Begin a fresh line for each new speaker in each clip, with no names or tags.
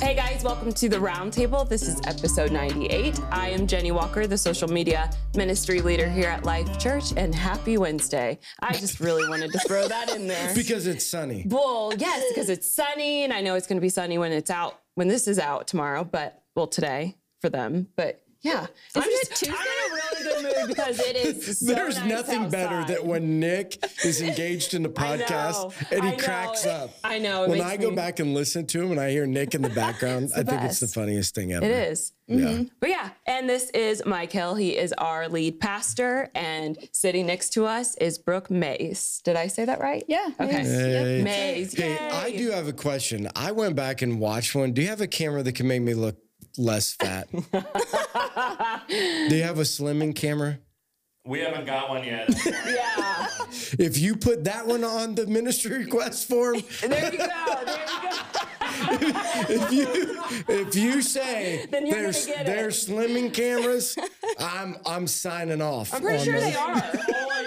Hey guys, welcome to the Roundtable. This is episode 98. I am Jenny Walker, the social media ministry leader here at Life Church, and happy Wednesday. I just really wanted to throw that in there.
Because it's sunny.
Well, yes, because it's sunny, and I know it's going to be sunny when it's out, when this is out tomorrow, but well, today for them. But yeah, I'm,
Isn't it
just, I'm in a really good mood because it is. So
There's
nice
nothing better
outside.
than when Nick is engaged in the
I know,
podcast and he
I know,
cracks
it-
up.
I know. it
when
makes
I go
me-
back and listen to him and I hear Nick in the background, I think it's the
best.
funniest thing ever.
It is. Mm-hmm.
Yeah.
But yeah, and this is Mike Hill. He is our lead pastor, and sitting next to us is Brooke Mace. Did I say that right?
Yeah.
Okay.
Mace, yeah.
Hey.
Mace.
Hey,
Yay.
I do have a question. I went back and watched one. Do you have a camera that can make me look less fat? do you have a slimming camera?
We haven't got one yet.
Yeah.
If you put that one on the ministry request form,
There you go. There you go.
if you if you say
Then you're gonna
there's
get it.
there's slimming cameras, I'm I'm signing off.
I'm pretty
on
sure
those.
they are.
All I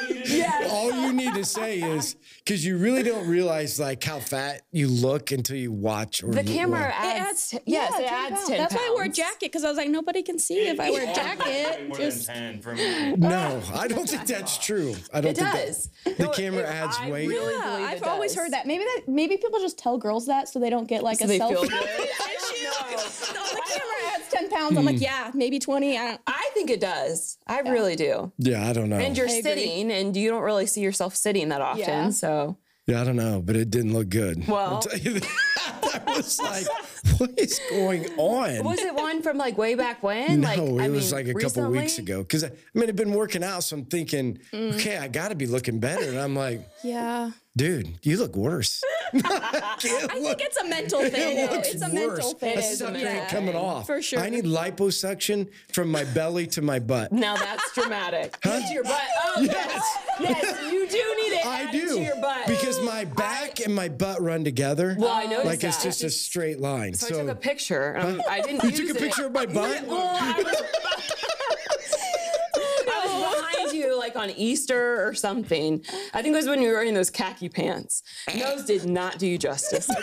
need is-
All you need to say is because you really don't realize like how fat you look until you watch or
The
you-
camera
well,
adds. t- yes,
yeah,
it
10
adds
pounds.
ten.
That's why I wore a
pounds.
jacket because I was like, nobody can see if I wear a
All
jacket.
More
Just
than ten for me.
No, I don't think that's true. I don't
It
think that-
does.
the
No, it-
camera
it-
adds
I
weight.
really
yeah,
believe it
I've always
does.
heard that. Maybe that maybe people just tell girls that so they don't get like
So
a
they
selfie.
feel good.
issue.
I don't know.
Oh, the camera adds ten pounds. I'm
Hmm.
like, yeah, maybe twenty. I don't.
I think it does. I really do.
Yeah, I don't know.
And you're
agree.
sitting, and you don't really see yourself sitting that often.
Yeah.
So
yeah, I don't know, but it didn't look good.
Well-
I'll tell you that. I was like, what is going on?
Was it one from like way back when? like,
No, it
I
was
mean,
like a couple weeks
recently? Mm.
ago. Because I, I mean, I've been working out, so I'm thinking, okay, I got to be looking better. And I'm like,
Yeah.
dude, you look worse. I can't
I
look-
think it's a mental thing.
it
though.
looks
It's a
worse.
mental thing.
A
is a
sucker
mental
ain't coming
thing.
off.
For sure.
I need liposuction from my belly to my butt.
Now that's dramatic. Into your butt. Oh, yes.
Yes.
Yes, you do need it.
I
added
do
To your butt.
because my back and my butt run together.
Well, I noticed
like it's
that.
just a straight line.
So
So,
I took a picture. Um, I didn't
you
use
took
it.
a picture of my butt.
Well, I was- I was behind you like on Easter or something. I think it was when you were wearing those khaki pants. And Those did not do you justice. and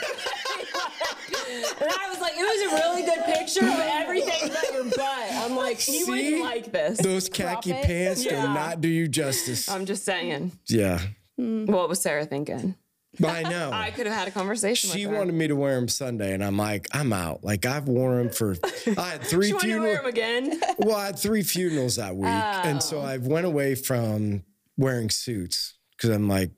I was like, it was a really good picture of everything but your butt. I'm like, you wouldn't
See?
like this.
Those khaki
Crop it.
pants do
Yeah.
not do you justice.
I'm just saying.
yeah,
What was Sarah thinking?
I know.
I could have had a conversation
she
with her.
wanted me to wear them Sunday, and I'm like, I'm out. Like I've worn them for, I had three
she wanted to wear
funerals.
them again.
Well, I had three funerals that week, and so I went away from wearing suits because I'm like,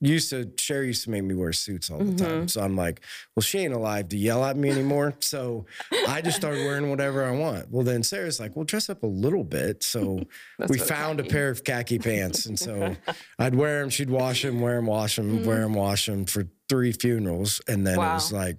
used to Sherry used to make me wear suits all the time. So I'm like, well, she ain't alive to yell at me anymore. so I just started wearing whatever I want. Well, then Sarah's like, well, dress up a little bit. So we found a pair of khaki pants, and so I'd wear them. She'd wash them, wear them, wash them, wear them, wash them for three funerals, and then it was
Wow.
like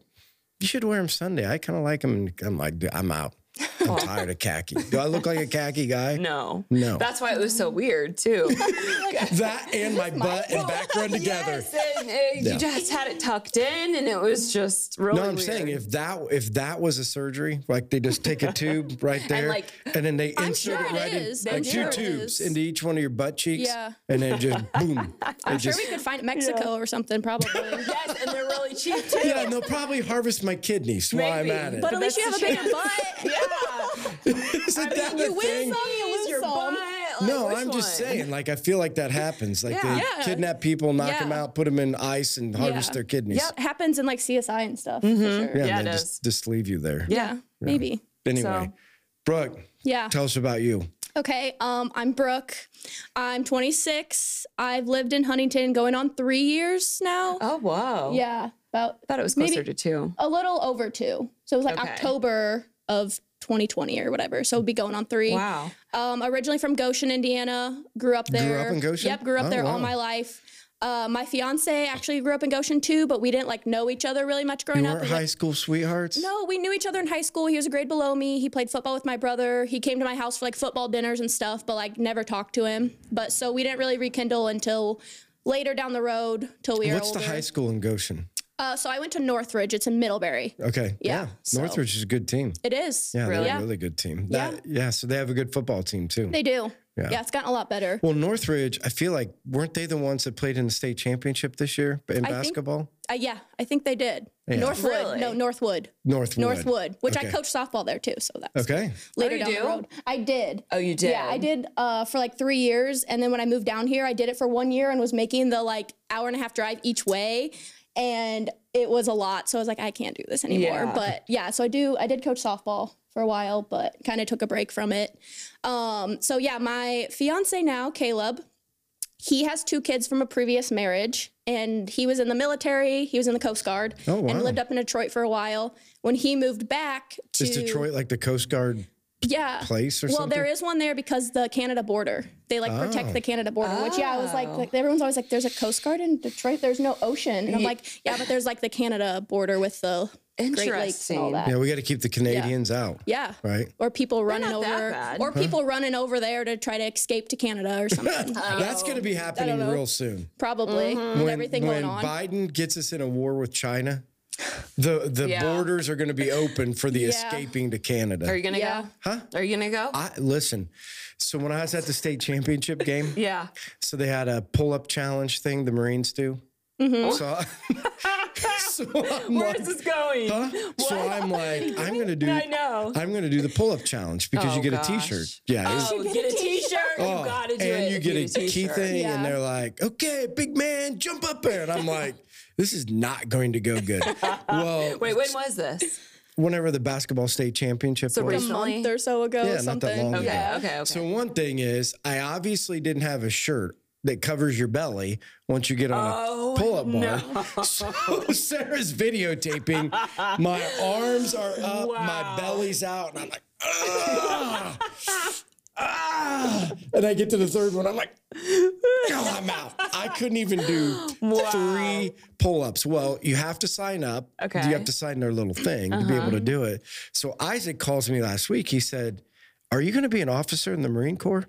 you should wear them Sunday. I kind of like them. And I'm like, "Dude, I'm out. I'm tired of khaki. Do I look like a khaki guy?
No.
No.
That's why it was so weird too.
That and my butt and back run together.
Yes, and, uh, You
Yeah.
just had it tucked in, and it was just really.
No, I'm
weird.
saying if that if that was a surgery, like they just take a tube right there, and,
like-
then they insert
sure
it
it
right
is.
in,
I'm
like
sure
two
it
tubes
is.
into each one of your butt cheeks,
Yeah.
and then just boom. It
Sure,
just,
we could find Mexico or something probably.
yes, and they're really cheap too.
yeah, and they'll probably harvest my kidneys while I'm
Maybe.
at it.
But
The
at least you have
best
a bigger
chance.
butt.
yeah.
Isn't that the
you win
thing?
some, you
Use
lose
your
some.
butt. Like,
No,
which
I'm just
one?
saying. Like, I feel like that happens. Like,
Yeah.
they
Yeah.
kidnap people, knock them
Yeah.
out, put them in ice, and harvest
Yeah.
their kidneys.
Yep, happens in like CSI and stuff. For sure.
Yeah,
Mm-hmm. Yeah,
and
it
they
is.
just, just leave you there.
Yeah.
Maybe.
Anyway, Brooke,
Yeah.
tell us about you.
Okay, um, I'm Brooke. I'm 26. I've lived in Huntington going on three years now.
Oh wow.
Yeah, about
I thought it was
Maybe-
closer to two.
a little over two. So it was like
Okay.
October of 2020 or whatever. So it'd be going on three.
Wow.
Um, originally from Goshen, Indiana. Grew up there.
up in Goshen?
Yep, grew up
Oh,
there all
wow.
my life. Uh, my fiance actually grew up in Goshen too, but we didn't like know each other really much growing
You
up.
weren't
It was, like,
high school sweethearts?
no, Oh, we knew each other in high school. He was a grade below me. He played football with my brother. He came to my house for like football dinners and stuff, but like never talked to him. But so we didn't really rekindle until later down the road till we
What's
were older.
the high school in Goshen?
uh, so I went to Northridge. It's in Middlebury.
Okay.
Yeah, so-
Northridge is a good team.
It is.
Yeah, they're
Really?
a really good team. That, yeah. So they have a good football team, too.
They do.
Yeah.
Yeah, it's gotten a lot better.
Well, Northridge, I feel like weren't they the ones that played in the state championship this year in
think-
basketball?
Uh, yeah, I think they did. Northwood.
Really?
No, Northwood.
Northwood.
Northwood, which I
Okay.
coached softball there too. So that's
Okay.
Oh,
later
you
down
do?
the road. I did.
Oh, you did?
Yeah, I did uh, for like three years, and then when I moved down here, I did it for one year and was making the like hour and a half drive each way, and it was a lot. So I was like, I can't do this anymore.
Yeah.
But yeah, so I do. I did coach softball for a while, but kind of took a break from it. Um, so yeah, my fiance now, Caleb. He has two kids from a previous marriage, and he was in the military. He was in the Coast Guard,
Oh, wow.
and lived up in Detroit for a while. When he moved back to
Is Detroit like the Coast Guard
yeah,
place or
well,
something?
there is one there because the Canada border. They like
Oh.
protect the Canada border, which yeah, I was like,
Oh.
like, everyone's always like, "There's a Coast Guard in Detroit. There's no ocean," and I'm like, "Yeah, but there's like the Canada border with the Great Lakes and all
Interesting.
that."
Yeah,
Yeah,
we got to keep the Canadians out. Right.
or people running
not that
over,
bad.
or people running over there to try to escape to Canada or something.
That's going to
Um,
be happening
know.
real soon.
Probably
Mm-hmm.
with everything
when
going on.
Biden gets us in a war with China, the the
Yeah.
borders are going to be open for the
Yeah.
escaping to Canada.
Are you gonna
Yeah.
go? Huh? Are you gonna go?
I, listen, so when I was at the state championship game,
yeah.
so they had a pull up challenge thing the Marines do. So, I- so I'm
Mm-hmm. Where
like,
is this going?
huh? so I'm like, I'm gonna do.
I know.
I'm gonna do the pull up challenge because
Oh,
you get
gosh.
a T-shirt. Yeah. it was-
Oh, get a T-shirt.
Oh,
you gotta do
and
it.
you get a key
t-shirt.
thing,
Yeah.
and they're like, "Okay, big man, jump up there," and I'm like, "This is not going to go good." well,
Wait, when was this?
whenever the basketball state championship
So
was,
a
Recently?
month or so ago,
Yeah,
or
not that
something.
long ago.
Yeah.
Okay, okay, okay.
So one thing is, I obviously didn't have a shirt that covers your belly once you get on
Oh,
a pull-up bar. So Sarah's videotaping. My arms are up, my
Wow.
belly's out, and I'm like, ah, ah. And I get to the third one, I'm like, oh, I'm out. I couldn't even do three pull-ups. Well, you have to sign up. You
Okay. Uh-huh.
have to sign their little thing to be able to do it. So Isaac calls me last week. He said, Are you going to be an officer in the Marine Corps?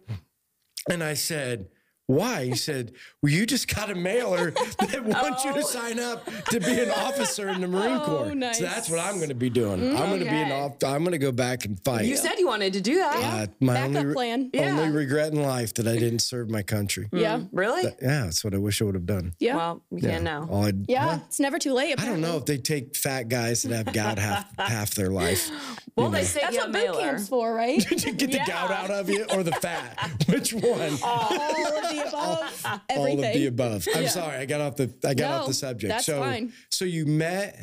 And I said, why? He said, Well, you just got a mailer that wants you to
Oh.
sign up to be an officer in the Marine Corps.
nice.
So that's what I'm gonna be doing. I'm gonna be an
Mm, Okay.
off I'm gonna go back and fight.
You said you wanted to do that.
uh, my
Backup
only, re-
plan. Yeah.
only
Yeah. Mm.
regret in life that I didn't serve my country.
Yeah.
Really?
Yeah, that's what I wish I would have done.
Yeah.
Hmm. Well, you can't know.
All I'd- well,
It's never too late.
I don't know if they take fat guys that have gout half half their life
Well, they say
That's
you
what
have
boot
mailer.
camp's for, right?
to get the gout out of you or the fat. Which one?
All of the above. Everything.
all of the above. I'm sorry, I got off the I got off
No,
the subject.
that's
so
fine.
so you met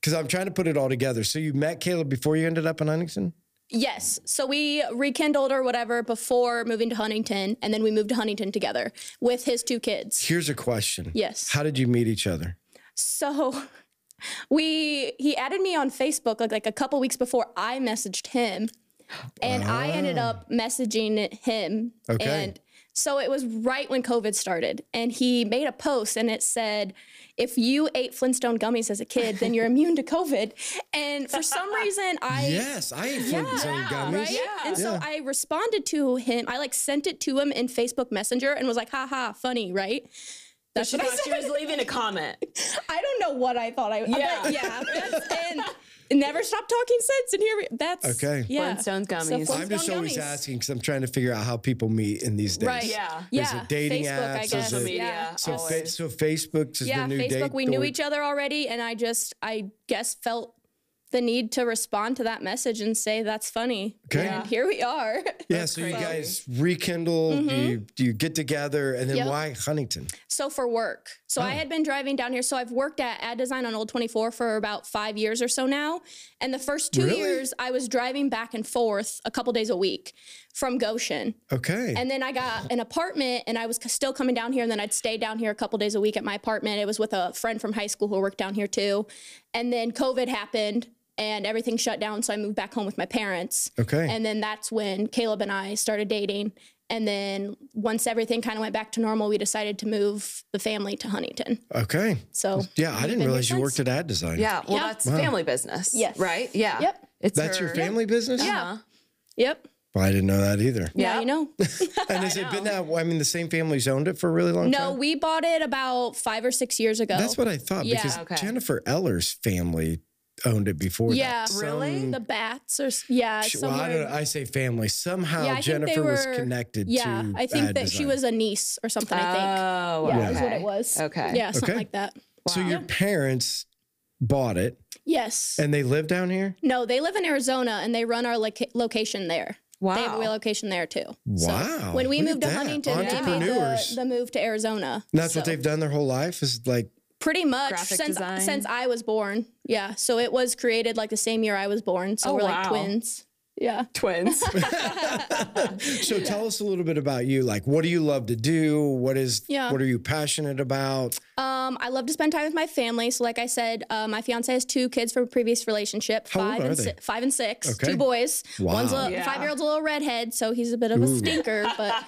because I'm trying to put it all together. So you met Caleb before you ended up in Huntington.
Yes. So we rekindled or whatever before moving to Huntington, and then we moved to Huntington together with his two kids.
Here's a question.
Yes.
How did you meet each other?
So we he added me on Facebook like, like a couple weeks before I messaged him. And I ended up messaging him.
Ah. Okay.
And so it was right when COVID started. And he made a post and it said, if you ate Flintstone gummies as a kid, then you're immune to COVID. And for some reason I
yes, I ate Flintstone gummies.
right? And so I responded to him. I like sent it to him in Facebook Messenger and was like, "Ha ha, funny, right?" That's what
I
I
thought she
said.
was leaving a comment.
I don't know what I thought. I
Yeah.
but yeah. that's- and never stop talking sense. And here we, that's
Okay.
Yeah,
Flintstones gummies.
Flintstone
I'm just always
gummies.
asking because I'm trying to figure out how people meet in these days.
Right.
Yeah.
Is
Yeah.
it dating
Facebook, I
apps? Is
guess.
it-
Yeah.
So,
always.
fa- so Facebook is
Yeah,
the new
Facebook.
date.
We knew each other already, and I just, I guess, felt the need to respond to that message and say that's funny.
Okay.
And here we are.
Yeah, so you guys rekindle, you you get together, and then
Mm-hmm. Yep.
why Huntington?
So for work. So I had been driving down here. So I've worked at ad design on Old 24 for about five years or so now. And the first two
Really?
years, I was driving back and forth a couple days a week from Goshen.
Okay.
And then I got an apartment and I was c- still coming down here. And then I'd stay down here a couple days a week at my apartment. It was with a friend from high school who worked down here too. And then COVID happened and everything shut down. So I moved back home with my parents.
okay.
And then that's when Caleb and I started dating. And then once everything kind of went back to normal, we decided to move the family to Huntington.
okay.
So
Yeah, I didn't
been
realize you
friends.
worked at ad design.
Yeah. Well,
Yeah.
that's family business.
Yes.
Right? Yeah.
Yep.
It's
That's your
her-
family business?
Yeah. Uh-huh.
Yep.
Well, I didn't know that either.
Yeah,
Yep.
you know.
And has it been that? I mean, the same family's owned it for a really long
no,
time.
we bought it about five or six years ago.
that's what I thought
Yeah.
because
Okay.
Jennifer Eller's family owned it before.
Yeah.
that.
Really?
Some-
the Bats. cats or s- yeah,
She-
some
well, I,
weird-
don't, I say family. Somehow
Yeah, I think they
Jennifer was
were-
connected
yeah,
to.
I think
ad
that she
design.
was a niece or something. I think
Oh,
yeah,
okay.
is what it was.
Okay.
yeah, something
Okay.
like that.
So your parents bought it
Yes.
and they live down here?
no, they live in Arizona and they run our loca- location there. They have a
Wow.
relocation there too.
Wow.
When we
Oh, look at
moved to
that.
Huntington, they made the,
entrepreneurs.
the move to Arizona.
And That's what
So,
they've done their whole life is like,
pretty much
Graphic
since
design.
since I was born. Yeah, so it was created like the same year I was born. So
Oh,
we're
wow.
like twins. Yeah.
Twins.
so tell us a little bit about you. Like, what do you love to do? What is,
Yeah.
what are you passionate about?
Um, I love to spend time with my family. So, like I said, uh, my fiance has two kids from a previous relationship.
How old
five
are
and
they?
Si- five and six.
Okay.
Two boys. One's
Wow.
a
Yeah.
five year old's a little redhead, so he's a bit of a stinker, but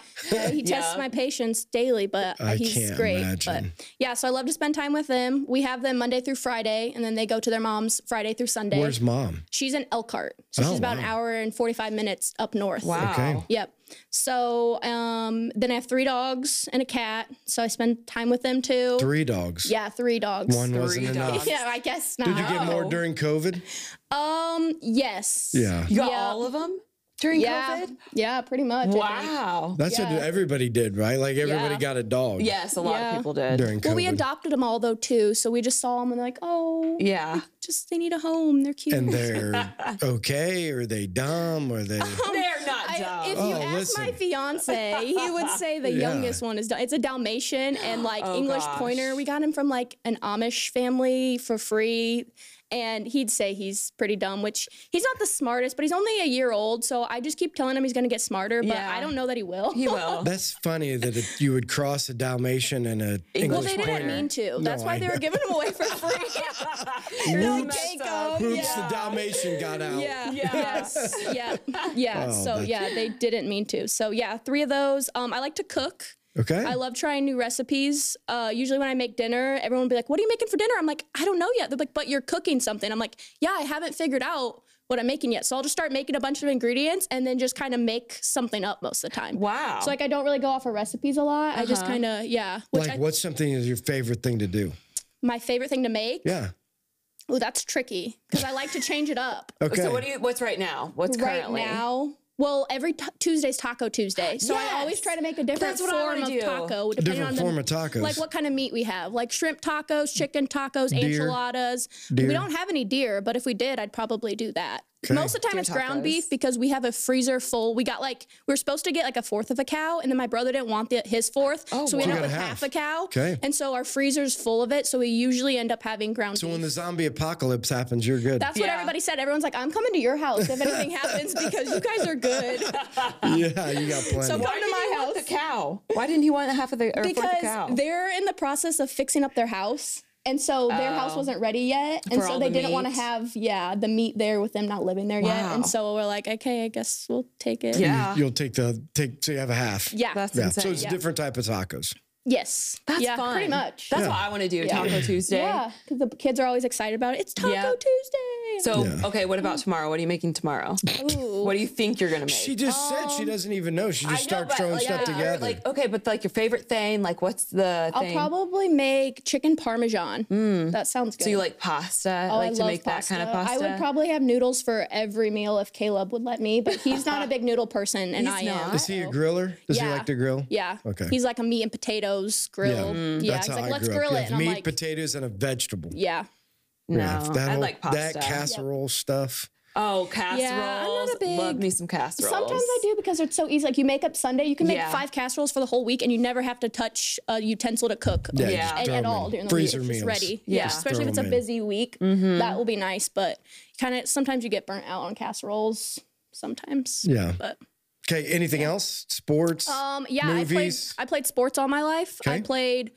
uh, he tests
Yeah.
my patience daily. But uh,
I
he's
can't
great.
imagine.
But yeah, so I love to spend time with them. We have them Monday through Friday, and then they go to their mom's Friday through Sunday.
Where's mom?
she's in Elkhart, so
Oh,
she's about an
wow.
hour and forty five minutes up north.
Wow.
Okay.
Yep. So um, then I have three dogs and a cat. So I spend time with them too.
Three dogs.
Yeah, three dogs.
One wasn't
Three
enough.
dogs.
Yeah, I guess not.
Did you get more during COVID?
Um, yes.
Yeah.
You got
Yeah.
all of them during
Yeah.
COVID?
Yeah, pretty much. I think.
Wow.
That's what
Yeah.
everybody did, right? Like everybody
Yeah.
got a dog.
Yes, a lot
Yeah.
of people did.
During COVID.
Well, we adopted them all though too, so we just saw them and they're like, oh,
yeah.
just they need a home. They're cute.
and they're okay. Are they dumb? Are they?
They're not
Um, I,
dumb.
if you
Oh,
ask my
listen.
fiance, he would say the
Yeah.
youngest one is Dal- it's a Dalmatian and like English
Oh, gosh.
pointer. We got him from like an Amish family for free, and he'd say he's pretty dumb, which he's not the smartest, but he's only a year old. So I just keep telling him he's gonna get smarter, but
Yeah.
I don't know that he will.
he will.
That's funny that it, you would cross a Dalmatian and a
well,
English
they didn't
pointer.
mean to. That's
I
why they
know.
were giving him away for free.
You're like,
Oops.
Jacob.
Oops,
Yeah.
the Dalmatian got out.
Yeah.
Yeah.
Yes. Yeah. Yeah.
Oh,
so
that's-
yeah, they didn't mean to. So yeah, three of those. Um, I like to cook.
Okay.
I love trying new recipes. Uh, usually when I make dinner, everyone will be like, "What are you making for dinner?" I'm like, "I don't know yet." They're like, "But you're cooking something." I'm like, "Yeah, I haven't figured out what I'm making yet." So I'll just start making a bunch of ingredients and then just kind of make something up most of the time.
Wow.
So like I don't really go off of recipes a lot. I just kind of yeah. Which
like,
I,
what's something is your favorite thing to do?
my favorite thing to make.
Yeah.
Oh, that's tricky because I like to change it up.
Okay.
So what do you what's right now? What's
right
currently?
now. Well, every t- Tuesday's Taco Tuesday, so I always
Yes!
try to make a different
That's what I
form
wanna do.
of taco, depending
Different
on the,
form of tacos.
like what kind of meat we have, like shrimp tacos, chicken tacos,
Deer.
enchiladas.
Deer.
We don't have any deer, but if we did, I'd probably do that. Most of the time, it's ground
tacos.
beef because we have a freezer full. We got like we were supposed to get like a fourth of a cow, and then my brother didn't want the, his fourth,
Oh,
so we
wow.
ended
You
up with
got
half.
half.
a cow.
Okay.
and so our freezer's full of it, so we usually end up having ground
so
beef.
when the zombie apocalypse happens, you're good.
That's what
Yeah.
everybody said. Everyone's like, "I'm coming to your house if anything happens because you guys are good."
yeah, you got plenty.
So-
Why
Come to
didn't
my
he want
house.
the cow? Why didn't he want half of the or fourth of the cow?
because they're in the process of fixing up their house and so their house wasn't ready yet and
Oh. For
so
all
they
the
didn't want to
meat.
have yeah the meat there with them not living there yet
Wow.
and so we're like okay i guess we'll take it
yeah.
You'll take the take. So you have a half.
yeah
That's
Yeah.
insane.
So it's
Yeah.
different type of tacos.
yes
That's
yeah
fun.
pretty much
That's what I want to do. Taco Tuesday.
yeah because the kids are always excited about it it's taco
Yeah.
tuesday
So okay, what about tomorrow? What are you making tomorrow?
Ooh.
What do you think you're gonna make?
She just said
Um,
she doesn't even know. She just starts throwing
like,
stuff
yeah, or,
together.
Like okay, but like your favorite thing, like what's the
i'll
thing?
probably make chicken parmesan that sounds good
Hmm. so you like pasta?
Oh,
like
I
to
love
make
pasta.
that kind of pasta.
I would probably have noodles for every meal if Caleb would let me, but he's not a big noodle person, and I am.
not?
Is he a griller? Does he
Yeah.
like to grill?
Yeah.
Okay.
He's like a meat and potatoes grill. Yeah.
Mm-hmm.
That's
he's
how
like,
I
let's
grew
grill
up.
it.
Yeah,
And I'm
Meat,
like,
potatoes, and a vegetable.
yeah.
no,
Yeah, that
I
whole-
like pasta.
That casserole stuff.
oh, casseroles.
big-
Love me some casseroles.
Sometimes I do because it's so easy. Like you make up Sunday, you can make
Yeah.
five casseroles for the whole week, and you never have to touch a utensil to cook
Yeah,
Yeah.
just
at,
throw
at
'em
all
in.
during the
freezer
week.
meals.
It's just ready.
Yeah. Mm-hmm.
Yeah,
Just
especially if
throw
it's a
'em in.
busy week, that will be nice. But kind of sometimes you get burnt out on casseroles. Sometimes.
Yeah.
But
Okay. Anything else? Sports.
Um, yeah,
Movies?
I played I played sports all my life. I
Okay.
played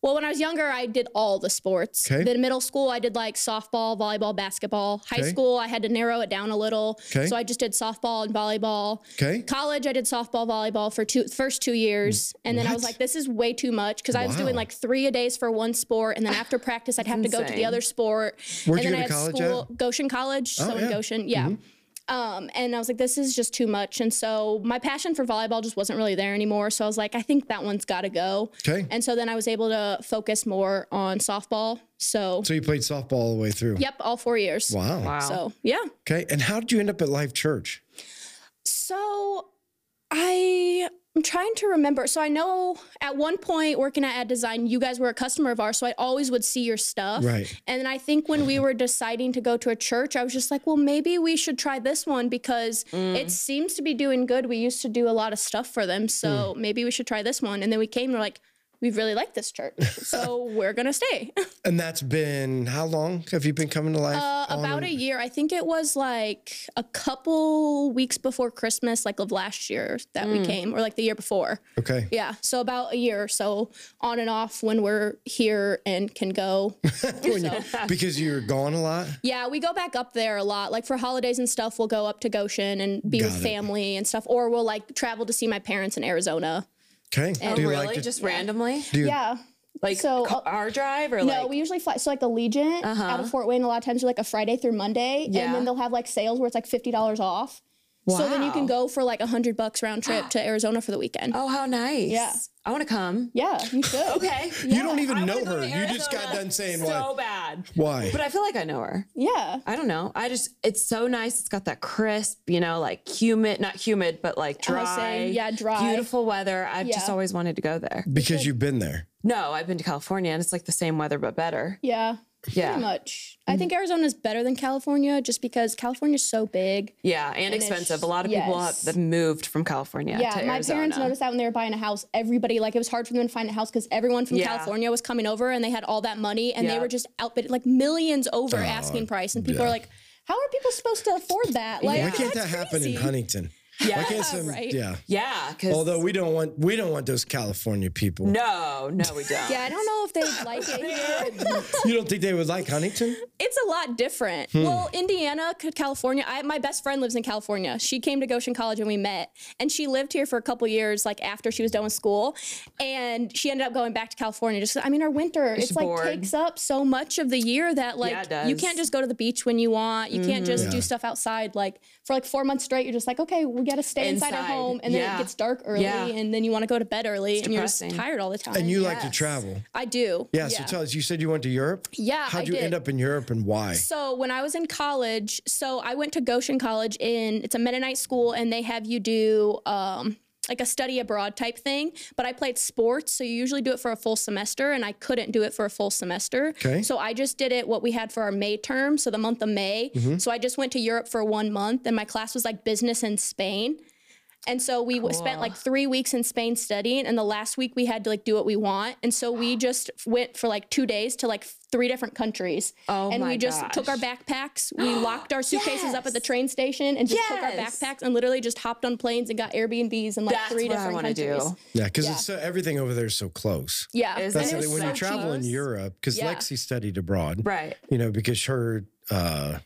well when I was younger. I did all the sports.
Okay.
Then middle school, I did like softball, volleyball, basketball. High
Okay.
school, I had to narrow it down a little,
Okay.
so I just did softball and volleyball.
okay. Mm.
College, I did softball, volleyball for two first two years, and then I was
What?
like, this is way too much because I was doing
Wow.
like three a days for one sport, and then after practice, I'd have to go to
insane.
the other sport.
Where'd you go
and then
to
I had
college Oh,
school, Goshen College, so in
yeah. Mm-hmm.
Goshen, yeah. Um, and I was like, this is just too much. And so my passion for volleyball just wasn't really there anymore. So I was like, I think that one's got to go.
'Kay.
And so then I was able to focus more on softball. So,
So you played softball all the way through.
yep, all four years.
Wow.
Wow.
So, yeah.
Okay. And how did you end up at Life Church?
So I am trying to remember. So I know at one point working at Ad Design, you guys were a customer of ours, so I always would see your stuff.
Right.
And then I think when we were deciding to go to a church, I was just like, well, maybe we should try this one because it seems to be doing good. We used to do a lot of stuff for them, so maybe we should try this one. And then we came and we're like, we really like this church, so we're gonna stay.
And that's been how long have you been coming to life?
Uh,
on
about
and-
a year. I think it was like a couple weeks before Christmas, like of last year that
Mm.
we came, or like the year before.
Okay.
Yeah. So about a year or so on and off when we're here and can go. so,
Because you were gone a lot.
yeah, we go back up there a lot. Like for holidays and stuff, we'll go up to Goshen and be
Got
with
it.
family and stuff, or we'll like travel to see my parents in Arizona.
Okay.
Oh,
do you
really?
like to,
Just randomly?
do you,
Yeah.
Like
So, uh,
car drive or
No,
like? Uh-huh.
we usually fly. So like Allegiant out of Fort Wayne, a lot of times are like a Friday through Monday,
Yeah.
and then they'll have like sales where it's like fifty dollars off. So then you
Wow.
can go for like a hundred bucks round trip to Arizona for the weekend.
oh, how nice.
Yeah.
I want to come.
Yeah, you should.
Okay.
You don't even know her. You just got done saying
so
why.
bad.
Why?
But I feel like I know her.
Yeah.
I don't know. I just it's so nice. It's got that crisp, you know, like humid, not humid, but like
I was
dry.
saying, yeah, dry.
Beautiful weather. I've just
Yeah.
always wanted to go there.
because you've been there.
No, I've been to California and it's like the same weather but better.
Yeah.
Yeah. Mm-hmm.
Pretty much. I think Arizona is better than California just because California's so big.
Yeah, and,
it's-
expensive. A lot of people have
yes.
that moved from California
Yeah,
to
my
Arizona.
parents noticed that when they were buying a house, everybody like it was hard for them to find a house because everyone from
Yeah.
California was coming over and they had all that money and they
Yeah.
were just outbid like millions over asking price and people
yeah.
are like, how are people supposed to afford that? Like,
Why can't that
that's
happen
crazy.
in Huntington?
Yeah,
Why can't some,
right.
Yeah.
yeah, because
Although we don't want we don't want those California people.
no, no, we don't.
Yeah, I don't know if they like it here.
You don't think they would like Huntington?
It's a lot different.
Hmm.
Well, Indiana, C- California. I, my best friend lives in California. She came to Goshen College and we met, and she lived here for a couple years, like after she was done with school, and she ended up going back to California. Just, I mean, our winter, it's like
bored.
takes up so much of the year that like
it does.
you can't just go to the beach when you want. You can't just
Yeah.
do stuff outside. Like for like four months straight, you're just like, okay, we got to stay inside. our
Inside.
home, and then
Yeah.
it gets dark early,
Yeah.
and then you want to go to bed early, and you're just
depressing.
tired all the time.
And you like to
Uh, Yes.
travel.
I do.
Yeah, So tell us, you said you went to Europe.
Yeah,
How'd
I
you end
did.
up in Europe and why?
So when I was in college, so I went to Goshen College in it's a Mennonite school, and they have you do um, like a study abroad type thing. But I played sports, so you usually do it for a full semester, and I couldn't do it for a full semester.
Okay.
So I just did it what we had for our May term, so the month of May.
Mm-hmm.
So I just went to Europe for one month, and my class was like business in Spain. And so we w spent like three weeks in Spain studying, and the last week we had to like do what we want. And so we just went for like two days to like three different countries.
Oh
and
my
we just took our
gosh.
backpacks, we locked our suitcases up at the
Yes.
train station, and just took our
Yes.
backpacks and literally just hopped on planes and got Airbnbs in like
That's
three
what I
different
wanna do.
countries.
yeah, because it's so, everything over there is so close.
Yeah,
Is it
That's the
And
thing,
was
when you
so
travel in
close.
Europe, because
Yeah.
Lexi studied abroad.
Right.
You know, because her uh,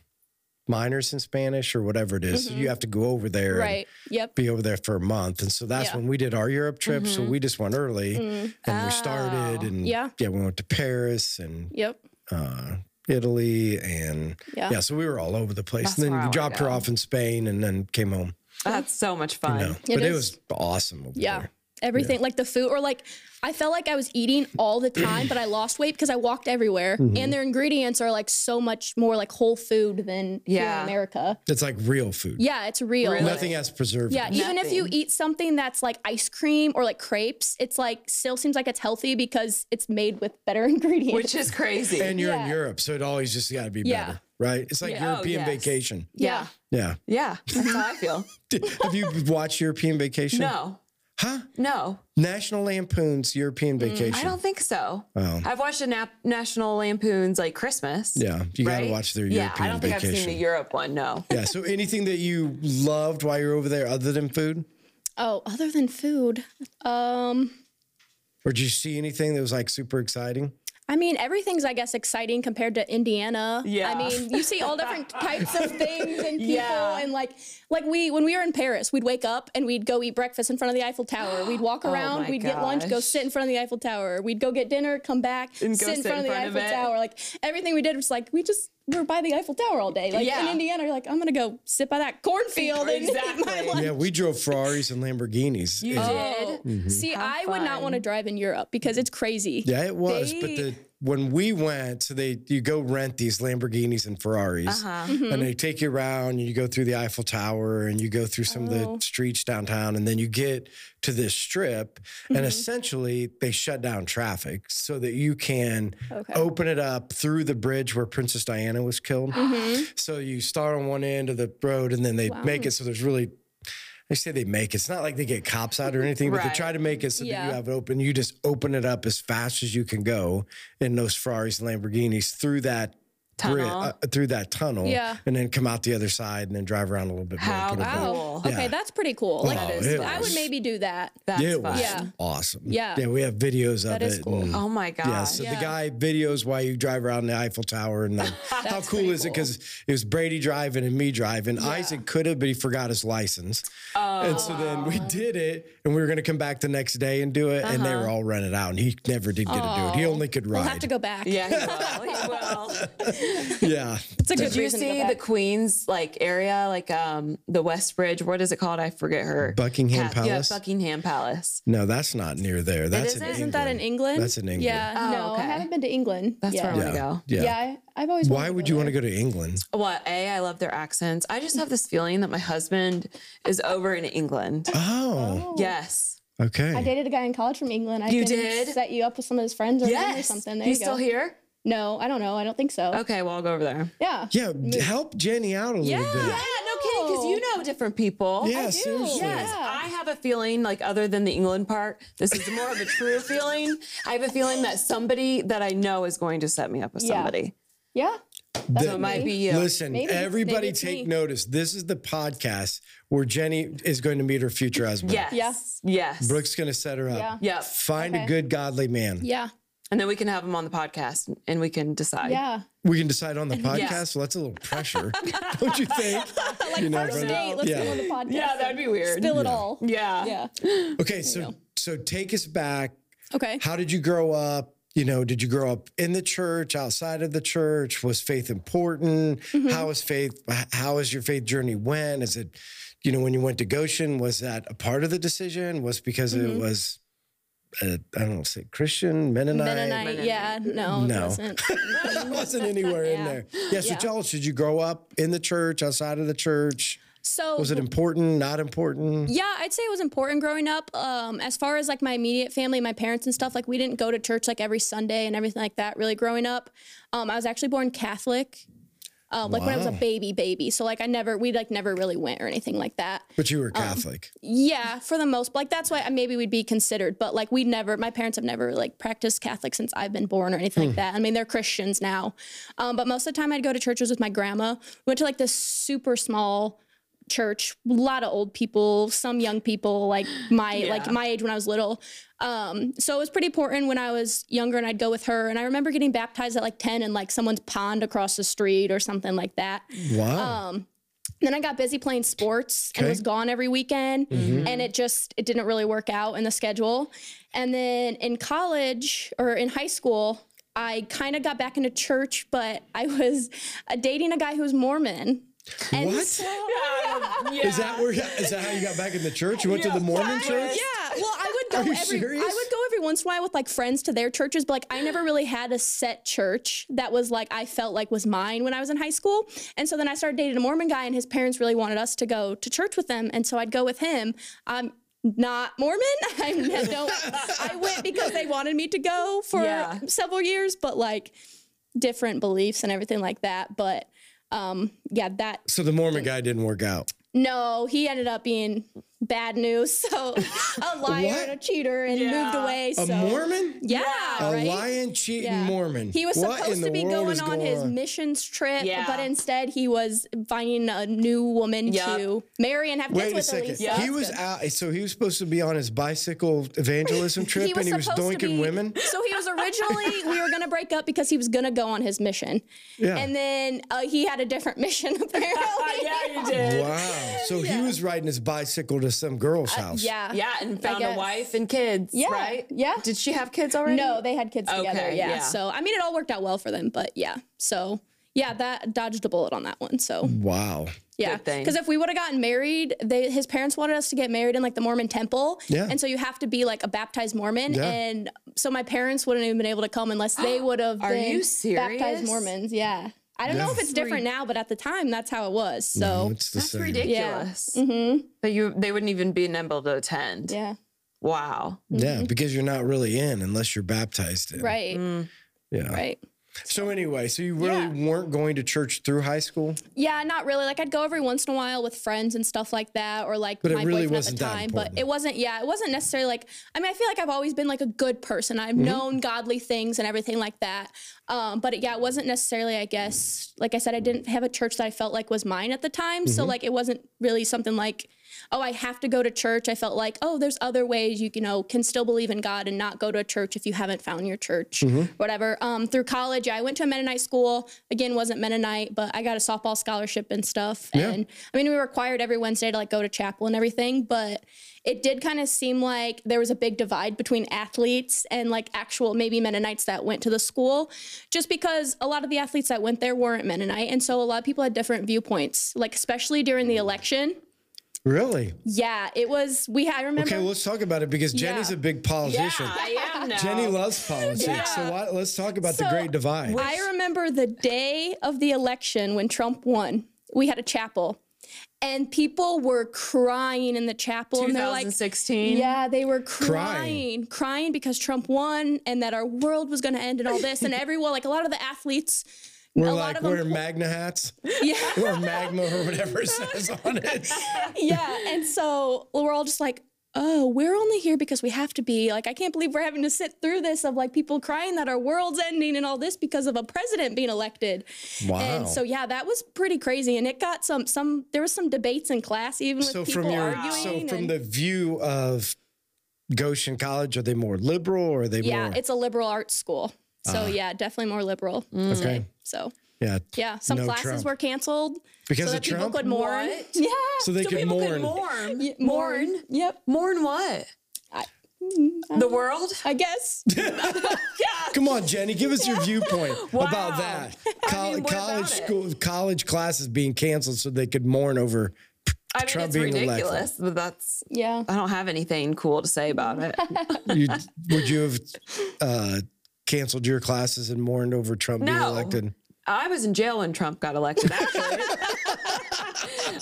minors in Spanish or whatever it is, you have to go over there. and
right. Yep.
be over there for a month. And so that's
Yeah. Mm,
when we did our Europe trip. So we just went early and we started and
Yeah.
we went to Paris and
Yep.
uh, Italy and yeah.
Yeah.
so we were all over the place.
That's where
and then
I
we
wanna
dropped her
go.
off in Spain and then came home.
That's so much
you
fun.
know.
It
but it
is-
was awesome over
Yeah.
there.
Everything like the food, or like I felt like I was eating all the time, but I lost weight because I walked everywhere, and their ingredients are like so much more like whole food than here
Yeah.
in America.
It's like real food.
Yeah, it's real.
Really?
Nothing has preservatives.
Yeah, even if you
Nothing.
eat something that's like ice cream or like crepes, it's like still seems like it's healthy because it's made with better ingredients.
Which is crazy.
And you're in
Yeah.
Europe, so it always just got to be
Yeah.
better, right? It's like
Yeah. Oh,
European
yes.
vacation.
yeah.
Yeah.
Yeah. That's how I feel.
Have you watched European Vacation?
No.
Huh?
No.
National Lampoon's European Vacation.
Mm, I don't think so.
Oh.
I've watched the nap- National Lampoon's like Christmas.
Yeah, you got
right?
to watch their
yeah,
European
I don't think
vacation.
I've seen the Europe one. No.
yeah, so anything that you loved while you were over there other than food?
oh, other than food, um,
Or did you see anything that was like super exciting?
I mean everything's I guess exciting compared to Indiana.
Yeah.
I mean you see all different types of things and people
Yeah.
and like like we when we were in Paris, we'd wake up and we'd go eat breakfast in front of the Eiffel Tower. We'd walk around,
Oh my
we'd get lunch, go
gosh.
sit in front of the Eiffel Tower. We'd go get dinner, come back,
And go
sit in front of the
of
Eiffel
it.
Tower. Like everything we did was like we just we're by the Eiffel Tower all day. Like
Yeah.
in Indiana, you're like, I'm gonna go sit by that cornfield and eat my
Exactly.
lunch.
Yeah, we drove Ferraris and Lamborghinis.
You
It-
did.
See, I would not want to drive in Europe because it's crazy.
Yeah, it was. But
They-
the when we went, so they you go rent these Lamborghinis and Ferraris,
Uh-huh. Mm-hmm.
and they take you around, and you go through the Eiffel Tower, and you go through some
Oh.
of the streets downtown, and then you get to this strip,
Mm-hmm.
and essentially they shut down traffic so that you can
Okay.
open it up through the bridge where Princess Diana was killed.
Mm-hmm.
So you start on one end of the road, and then they make it so there's really. They say they make it. It's not like they get cops out or anything, but they
Right.
try to make it so that you
Yeah.
have it open. You just open it up as fast as you can go in those Ferraris and Lamborghinis through that bri-
Tunnel.
uh, through that tunnel,
Yeah.
and then come out the other side and then drive around a little bit more.
How
put it back.
cool.
Wow. Oh, Okay, that's pretty cool. Like
That is
I
cool.
would maybe do that.
That's
Yeah, it was
fun.
Yeah.
awesome.
Yeah.
yeah, we have videos of
That
it.
is cool.
and-
Oh my god.
yeah, so the
Ah, Yeah.
guy videos while you drive around the Eiffel Tower, and then how
That's
cool
pretty
is it?
cool.
Because it was Brady driving and me driving. Isaac could have, but he forgot his license, and so then
Oh.
we did it, and we were gonna come back the next day and do it, and they were all rented out, and he never did get to do it. He only could ride.
Uh-huh. We'll have to go back.
Yeah, he will. He will.
Yeah,
It's a good
Did you
reason to go
see the
back.
Queen's like area, like um the West Bridge? What is it called? I forget her.
Buckingham
Ca-
Palace?
Yeah, Buckingham Palace.
no, that's not near there. That's
isn't?
in England.
Isn't
Isn't that in England?
That's in England.
Yeah.
Oh,
no,
okay.
I haven't been to England.
That's
yet.
where I want to go.
Yeah.
Yeah, I, I've always.
Why would you want to go to England?
What? A, I love their accents. I just have this feeling that my husband is over in England.
Oh,
Yes.
okay.
I dated a guy in college from England. I
You
can
did?
set you up with some of his friends or, him or
Yes.
something. There
He's
you go.
still here?
No, I don't know. I don't think so.
Okay, well, I'll go over there.
Yeah.
Yeah, d- help Jenny out a little bit.
Yeah, no kidding, because you know different people.
Yeah,
do.
seriously.
Yes, I have a feeling like other than the England part, this is more of a true feeling. I have a feeling that somebody that I know is going to set me up with
Yeah.
somebody.
Yeah.
That-
So it might be you.
Listen,
Maybe.
everybody
Maybe it's
take
me.
notice. This is the podcast where Jenny is going to meet her future husband.
Yes.
Yeah.
Yes.
Brooke's going to set her up.
Yeah.
Yep.
Find a
Okay.
good godly man.
Yeah.
And then we can have him on the podcast and we can decide.
Yeah.
We can decide on the podcast. Well, that's a little pressure, don't you think?
Like
You know,
first
but-
date, let's
Yeah.
go on the podcast.
Yeah, that'd be weird.
Spill it all.
yeah.
Yeah.
Okay, so so take us back.
Okay.
How did you grow up? You know, did you grow up in the church, outside of the church? Was faith important? How is faith? h- How has your faith journey went? Is it, you know, when you went to Goshen, was that a part of the decision? Was it because it was, uh, I don't know, say Christian Mennonite?
Mennonite. Yeah. No.
No.
It wasn't.
It wasn't anywhere in there. Yeah. So,
Yeah.
tell us, did you grow up in the church, outside of the church?
So
Was it important? Not important?
Yeah, I'd say it was important growing up. Um, as far as like my immediate family, my parents and stuff, like we didn't go to church like every Sunday and everything like that. Really growing up, um, I was actually born Catholic, uh, like when I was a
Wow.
baby, baby. So like I never, we like never really went or anything like that.
But you were Catholic.
Yeah, for the most, like that's why maybe we'd be considered, but like we never, my parents have never like practiced Catholic since I've been born or anything like that. I mean, they're Christians now, um, but most of the time I'd go to churches with my grandma. We went to like this super small church, a lot of old people, some young people, like my like
Yeah.
my age when I was little. Um, so it was pretty important when I was younger, and I'd go with her. And I remember getting baptized at like ten in like someone's pond across the street or something like that.
wow.
Then I got busy playing sports and
Okay. Mm-hmm.
was gone every weekend, and it just it didn't really work out in the schedule. And then in college or in high school, I kind of got back into church, but I was uh, dating a guy who was Mormon. And
what?
Yeah.
Is that where? Is that how you got back in the church? You went to the Mormon church?
Yeah, well, I would
Are
go
you
every
serious?
I would go every once in a while with like friends to their churches, but like I never really had a set church that was like I felt like was mine when I was in high school. And so then I started dating a Mormon guy, and his parents really wanted us to go to church with them, and so I'd go with him. I'm not Mormon. I don't. I went because they wanted me to go for
Yeah.
several years, but like different beliefs and everything like that. But um, yeah, that
So the Mormon guy didn't work out.
no, he ended up being bad news. So a liar
What?
and a cheater and
Yeah.
moved away. So
A Mormon?
Yeah,
A
right.
lying, cheating
Yeah.
Mormon.
He was
What in
supposed
the
to be
world
going
is
on his
on?
missions trip,
Yeah.
but instead he was finding a new woman
Yup.
to marry and have
Wait a
kids with.
second.
Elisa.
he was out. So he was supposed to be on his bicycle evangelism trip, and he was
supposed to
doinking
be-
women.
So he was originally we were gonna break up because he was gonna go on his mission,
Yeah.
and then uh, he had a different mission apparently.
yeah, you did.
wow. So he was riding his bicycle to some girl's house.
Uh, yeah,
Yeah, and found a
guess.
wife and kids.
Yeah,
Right?
yeah.
Did she have kids already?
No, they had kids together.
Okay,
Yeah.
yeah.
So I mean, it all worked out well for them. But yeah. So yeah, that dodged a bullet on that one.
Mm,
So
Wow.
yeah,
Good thing.
because if we would have gotten married, they, his parents wanted us to get married in like the Mormon temple.
Yeah.
And so you have to be like a baptized Mormon.
Yeah.
And so my parents wouldn't have been able to come unless they would have
Are
been
you serious?
baptized Mormons. Yeah. I don't know
Yeah.
if it's different now, but at the time, that's how it was. So
it's the
That's
same.
ridiculous.
yeah. Mm-hmm.
But you, they wouldn't even be able to attend.
Yeah.
Wow.
Yeah, because you're not really in unless you're baptized in.
Right.
Yeah.
Right.
So anyway, so you really weren't going to church through high school?
Yeah, not really. Like I'd go every once in a while with friends and stuff like that, or like
But it
my
really
boyfriend
wasn't
at
that
the time.
important.
But it wasn't. Yeah, it wasn't necessarily like. I mean, I feel like I've always been like a good person. I've known godly things and everything like that. Um, but it, yeah, it wasn't necessarily. I guess, like I said, I didn't have a church that I felt like was mine at the time. So like, it wasn't really something like, oh, I have to go to church. I felt like, oh, there's other ways you you know can still believe in God and not go to a church if you haven't found your church, whatever. Um, through college, yeah, I went to a Mennonite school. Again, wasn't Mennonite, but I got a softball scholarship and stuff. And I mean, we were required every Wednesday to like go to chapel and everything, but it did kind of seem like there was a big divide between athletes and like actual maybe Mennonites that went to the school, just because a lot of the athletes that went there weren't Mennonite, and so a lot of people had different viewpoints. Like especially during
Mm.
the election,
Really?
yeah, it was. We had I remember.
Okay, well, let's talk about it because Jenny's
Yeah.
a big politician.
I am now.
Jenny loves politics. So why, let's talk about the
Um, So,
Great Divide.
I remember the day of the election when Trump won. We had a chapel, and people were crying in the chapel, and they're like,
2016.
"Yeah, they were
Crying.
crying, crying because Trump won, and that our world was going to end, and all this, and everyone, like a lot of the athletes,
We're
a lot
like
of them
wearing magna hats
yeah,
or magma or whatever it says on it.
yeah. And so we're all just like, oh, we're only here because we have to be. Like, I can't believe we're having to sit through this of like people crying that our world's ending and all this because of a president being elected.
Wow.
And so yeah, that was pretty crazy. And it got some some there was some debates in class even with
so
people
from your
arguing.
so from
and-
the view of Goshen College, are they more liberal or are they
yeah,
more Ah.
it's a liberal arts school. So yeah, definitely more liberal. I'd say.
Okay.
So
yeah?
yeah, some
No
classes
Trump.
were canceled
Because
so
of
that
Trump?
people could mourn.
What?
Yeah.
So they
so
could
people
mourn.
could mourn.
Yeah,
mourn.
Yep.
Mourn what? Mm, the world?
I guess.
Come on, Jenny, give us your viewpoint
Wow.
about that.
I
Col-
mean, what about
college
it?
school, college classes being canceled so they could mourn over.
I mean,
Trump
it's
being elected.
ridiculous, but that's.
Yeah.
I don't have anything cool to say about it.
You, would you have uh, canceled your classes and mourned over Trump being
No.
elected?
I was in jail when Trump got elected, actually.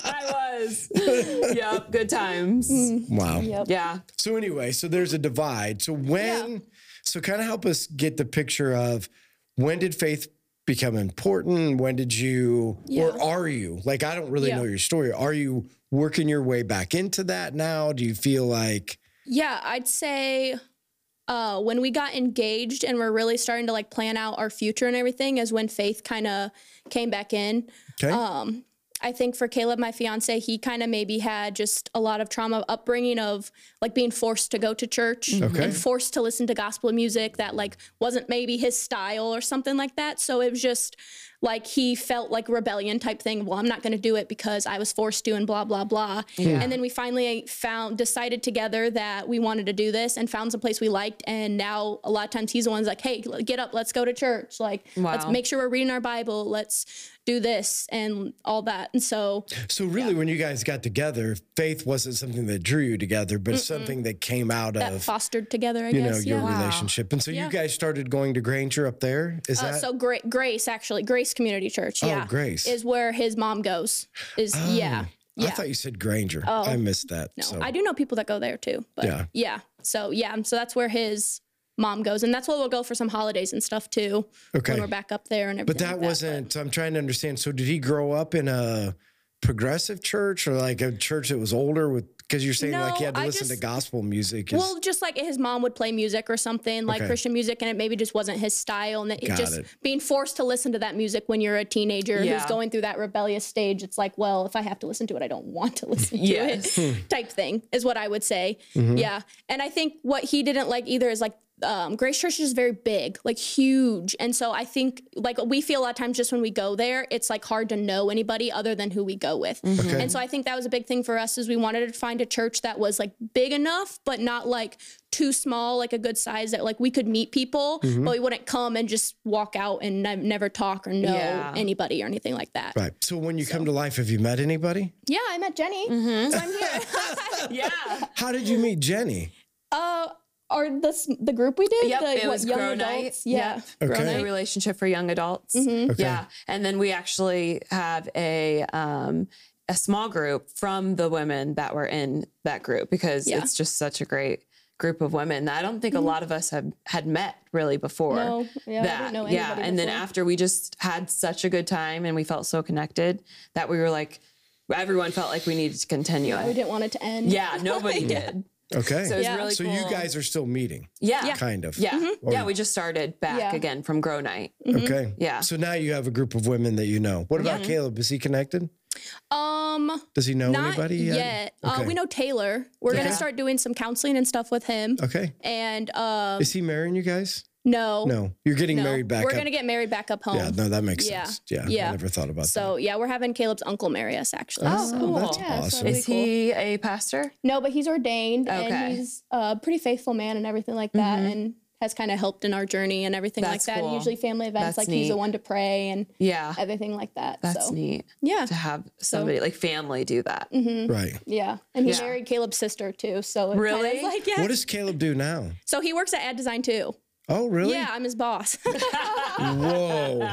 I was. Mm. Yep, good times.
Wow.
Yeah.
So anyway, so there's a divide. So when, so kind of help us get the picture of when did faith become important? When did you, or
Yeah.
are you like? I don't really
Yeah.
know your story. Are you working your way back into that now? Do you feel like
Yeah, I'd say uh, when we got engaged and we're really starting to like plan out our future and everything is when faith kind of came back in.
okay?
Uh, I think for Caleb, my fiance, he kind of maybe had just a lot of trauma upbringing of like being forced to go to church
Okay.
and forced to listen to gospel music that like wasn't maybe his style or something like that. So it was just like he felt like rebellion type thing. Well, I'm not going to do it because I was forced to and blah blah blah. And then we finally found decided together that we wanted to do this and found some place we liked. And now a lot of times he's the one's like, hey, l- get up, let's go to church. Like let's
Wow.
make sure we're reading our Bible. Let's do this and all that. And so
So really, when you guys got together, faith wasn't something that drew you together, but it's something that came out
that
of
fostered together, I
you know
guess.
your
yeah.
relationship. And so you guys started going to Granger up there. Is
Uh,
that Oh,
so Gra- Grace actually, Grace Community Church. Yeah.
Grace.
is where his mom goes. Is yeah.
Oh, I
Yeah. Oh.
thought you said Granger. I missed that.
No,
so
I do know people that go there too. But
Yeah.
yeah. So yeah, so that's where his mom goes, and that's where we'll go for some holidays and stuff too.
Okay.
When we're back up there and everything.
but that
like
wasn't. I'm trying to understand. So did he grow up in a progressive church or like a church that was older? With because you're saying like he
No,
had to
I
listen to
just-
gospel music. is-
Well, just like his mom would play music or something, like
Okay.
Christian music, and it maybe just wasn't his style. And it
Got
just
it.
being forced to listen to that music when you're a teenager who's
Yeah.
going through that rebellious stage, it's like, well, if I have to listen to it, I don't want to listen
Yes.
to it, type thing is what I would say. Yeah. And I think what he didn't like either is like um, Grace Church is very big, like huge. And so I think, like, we feel a lot of times just when we go there, it's like hard to know anybody other than who we go with.
Okay.
And so I think that was a big thing for us is we wanted to find a church that was like big enough, but not like too small, like a good size that like we could meet people, but we wouldn't come and just walk out and ne- never talk or know
Yeah.
anybody or anything like that.
Right. So when you come to life, have you met anybody?
Yeah, I met Jenny. So I'm here.
Yeah.
How did you meet Jenny?
uh, are this the group we did?
Yep,
the,
it was
young
Grow Night.
adults? Yeah. Mm-hmm.
Yep.
Okay.
Grow Night relationship for young adults.
Okay.
Yeah. And then we actually have a um a small group from the women that were in that group because
Yeah. Mm-hmm.
it's just such a great group of women that I don't think a lot of us have had met really before.
No, yeah, I
that.
didn't know
yeah.
anybody
And then
before.
after we just had such a good time and we felt so connected that we were like everyone felt like we needed to continue
We
it.
didn't want it to end.
Yeah, nobody did.
Okay.
So it was
Oh, Yeah.
really
So
cool.
you guys are still meeting,
Yeah. Yeah.
kind of.
Yeah. we just started back
Mm-hmm. Yeah.
again from Grow Night.
Okay.
Mm-hmm. Yeah. Mm-hmm.
So now you have a group of women that you know. What about Caleb? Is he connected?
Um,
Does he know
not
anybody
yet.
yet?
Uh,
Okay.
we know Taylor. We're
Yeah.
gonna start doing some counseling and stuff with him.
Okay.
And um,
Is he marrying you guys?
no,
No. You're getting
no.
married back
We're
up.
gonna get married back up home.
yeah. No, that makes
Yeah.
sense. Yeah.
Yeah.
I never thought about
So yeah, we're having Caleb's uncle marry us actually.
Oh,
so-
cool.
that's
Yeah, so
awesome.
Really
Is he a pastor?
No, but he's ordained
Okay. Mm-hmm.
and he's a pretty faithful man and everything like that, and has kind of helped in our journey and everything
That's
like that.
cool.
And usually family events,
That's
like he's
neat.
the one to pray and
Yeah.
everything like that.
That's
so
neat
yeah, Mm-hmm.
to have somebody like family do that.
mm.
that. Right.
yeah. And he
Yeah.
married Caleb's sister too. So it kinda
Really?
is like yeah.
What does Caleb do now?
so he works at Ad Design too.
Oh, really?
Yeah, I'm his boss.
Whoa.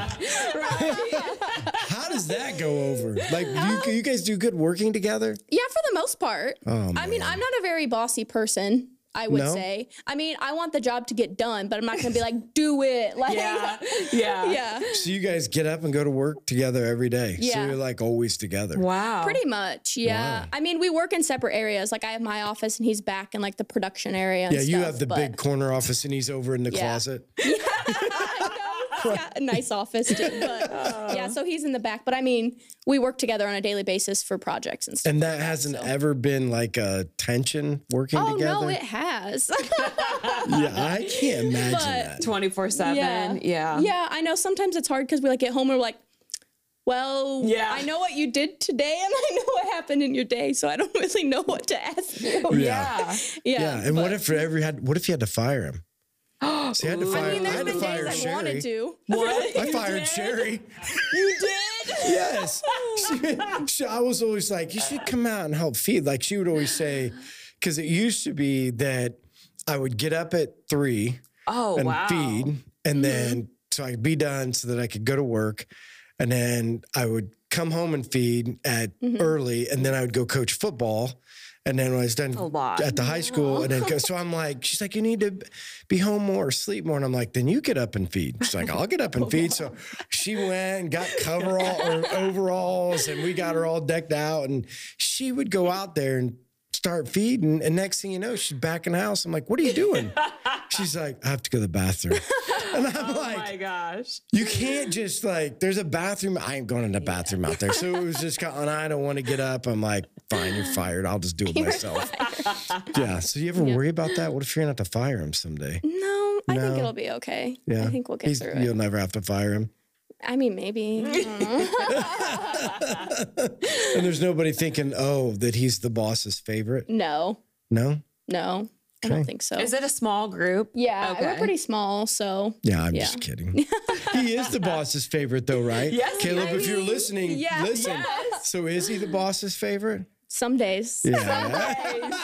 How does that go over? Like, you, you guys do good working together?
Yeah, for the most part.
Oh,
I mean, I'm not a very bossy person. I would
No?
say. I mean, I want the job to get done, but I'm not gonna be like, do it. Like, yeah,
Yeah.
So you guys get up and go to work together every day. So
Yeah.
you're like always together.
Wow.
pretty much. Yeah. I mean, we work in separate areas. Like, I have my office, and he's back in like the production area. And
Yeah, you
stuff,
have the
but-
big corner office and he's over in the
Yeah.
closet.
He's got a nice office too, but
Oh.
yeah. So he's in the back, but I mean, we work together on a daily basis for projects and stuff.
And that hasn't ever been like a tension working
oh
together.
no, it has.
yeah, I can't imagine that.
24 7. Yeah. Yeah.
Yeah, I know sometimes it's hard because we like get home and we're like, well,
Yeah.
I know what you did today and I know what happened in your day, so I don't really know what to ask you. Yeah.
Yeah, and what if every had what if you had to fire him? See, I had to fire. I,
I mean, there's
had to
been
fire
days I wanted
Sherry.
to.
What?
I fired Sherry.
You did?
Yes, she, she- I was always like, you should come out and help feed. Like she would always say, because it used to be that I would get up at three
Oh,
and
wow. Mm-hmm.
feed, and then so I could be done so that I could go to work, and then I would come home and feed at
Mm-hmm.
early, and then I would go coach football. And then when I was done
lot.
at the high school, and then go, so I'm like, she's like, you need to be home more, sleep more, and I'm like, then you get up and feed. She's like, I'll get up and feed. So she went and got coverall or overalls, and we got her all decked out, and she would go out there and start feeding. And next thing you know, she's back in the house. I'm like, what are you doing? She's like, I have to go to the bathroom. And I'm
Oh
like,
my gosh.
you can't just like, there's a bathroom. I ain't going in the bathroom out there. So it was just kind of, and I don't want to get up. I'm like, fine, you're fired. I'll just do it myself. Yeah. So you ever worry about that? What if you're going to have to fire him someday?
No, I
No.
think it'll be okay.
Yeah.
I think we'll get
He's-
through
You'll
it.
never have to fire him.
I mean, maybe.
And there's nobody thinking, oh, that he's the boss's favorite.
no,
No?
no, I don't think so.
Is it a small group?
yeah,
Okay.
we're pretty small, so
Yeah, I'm just kidding. he is the boss's favorite, though, right?
Yes, he
Caleb, if
is.
you're listening,
Yeah,
listen. So is he the boss's favorite?
some days.
Yeah.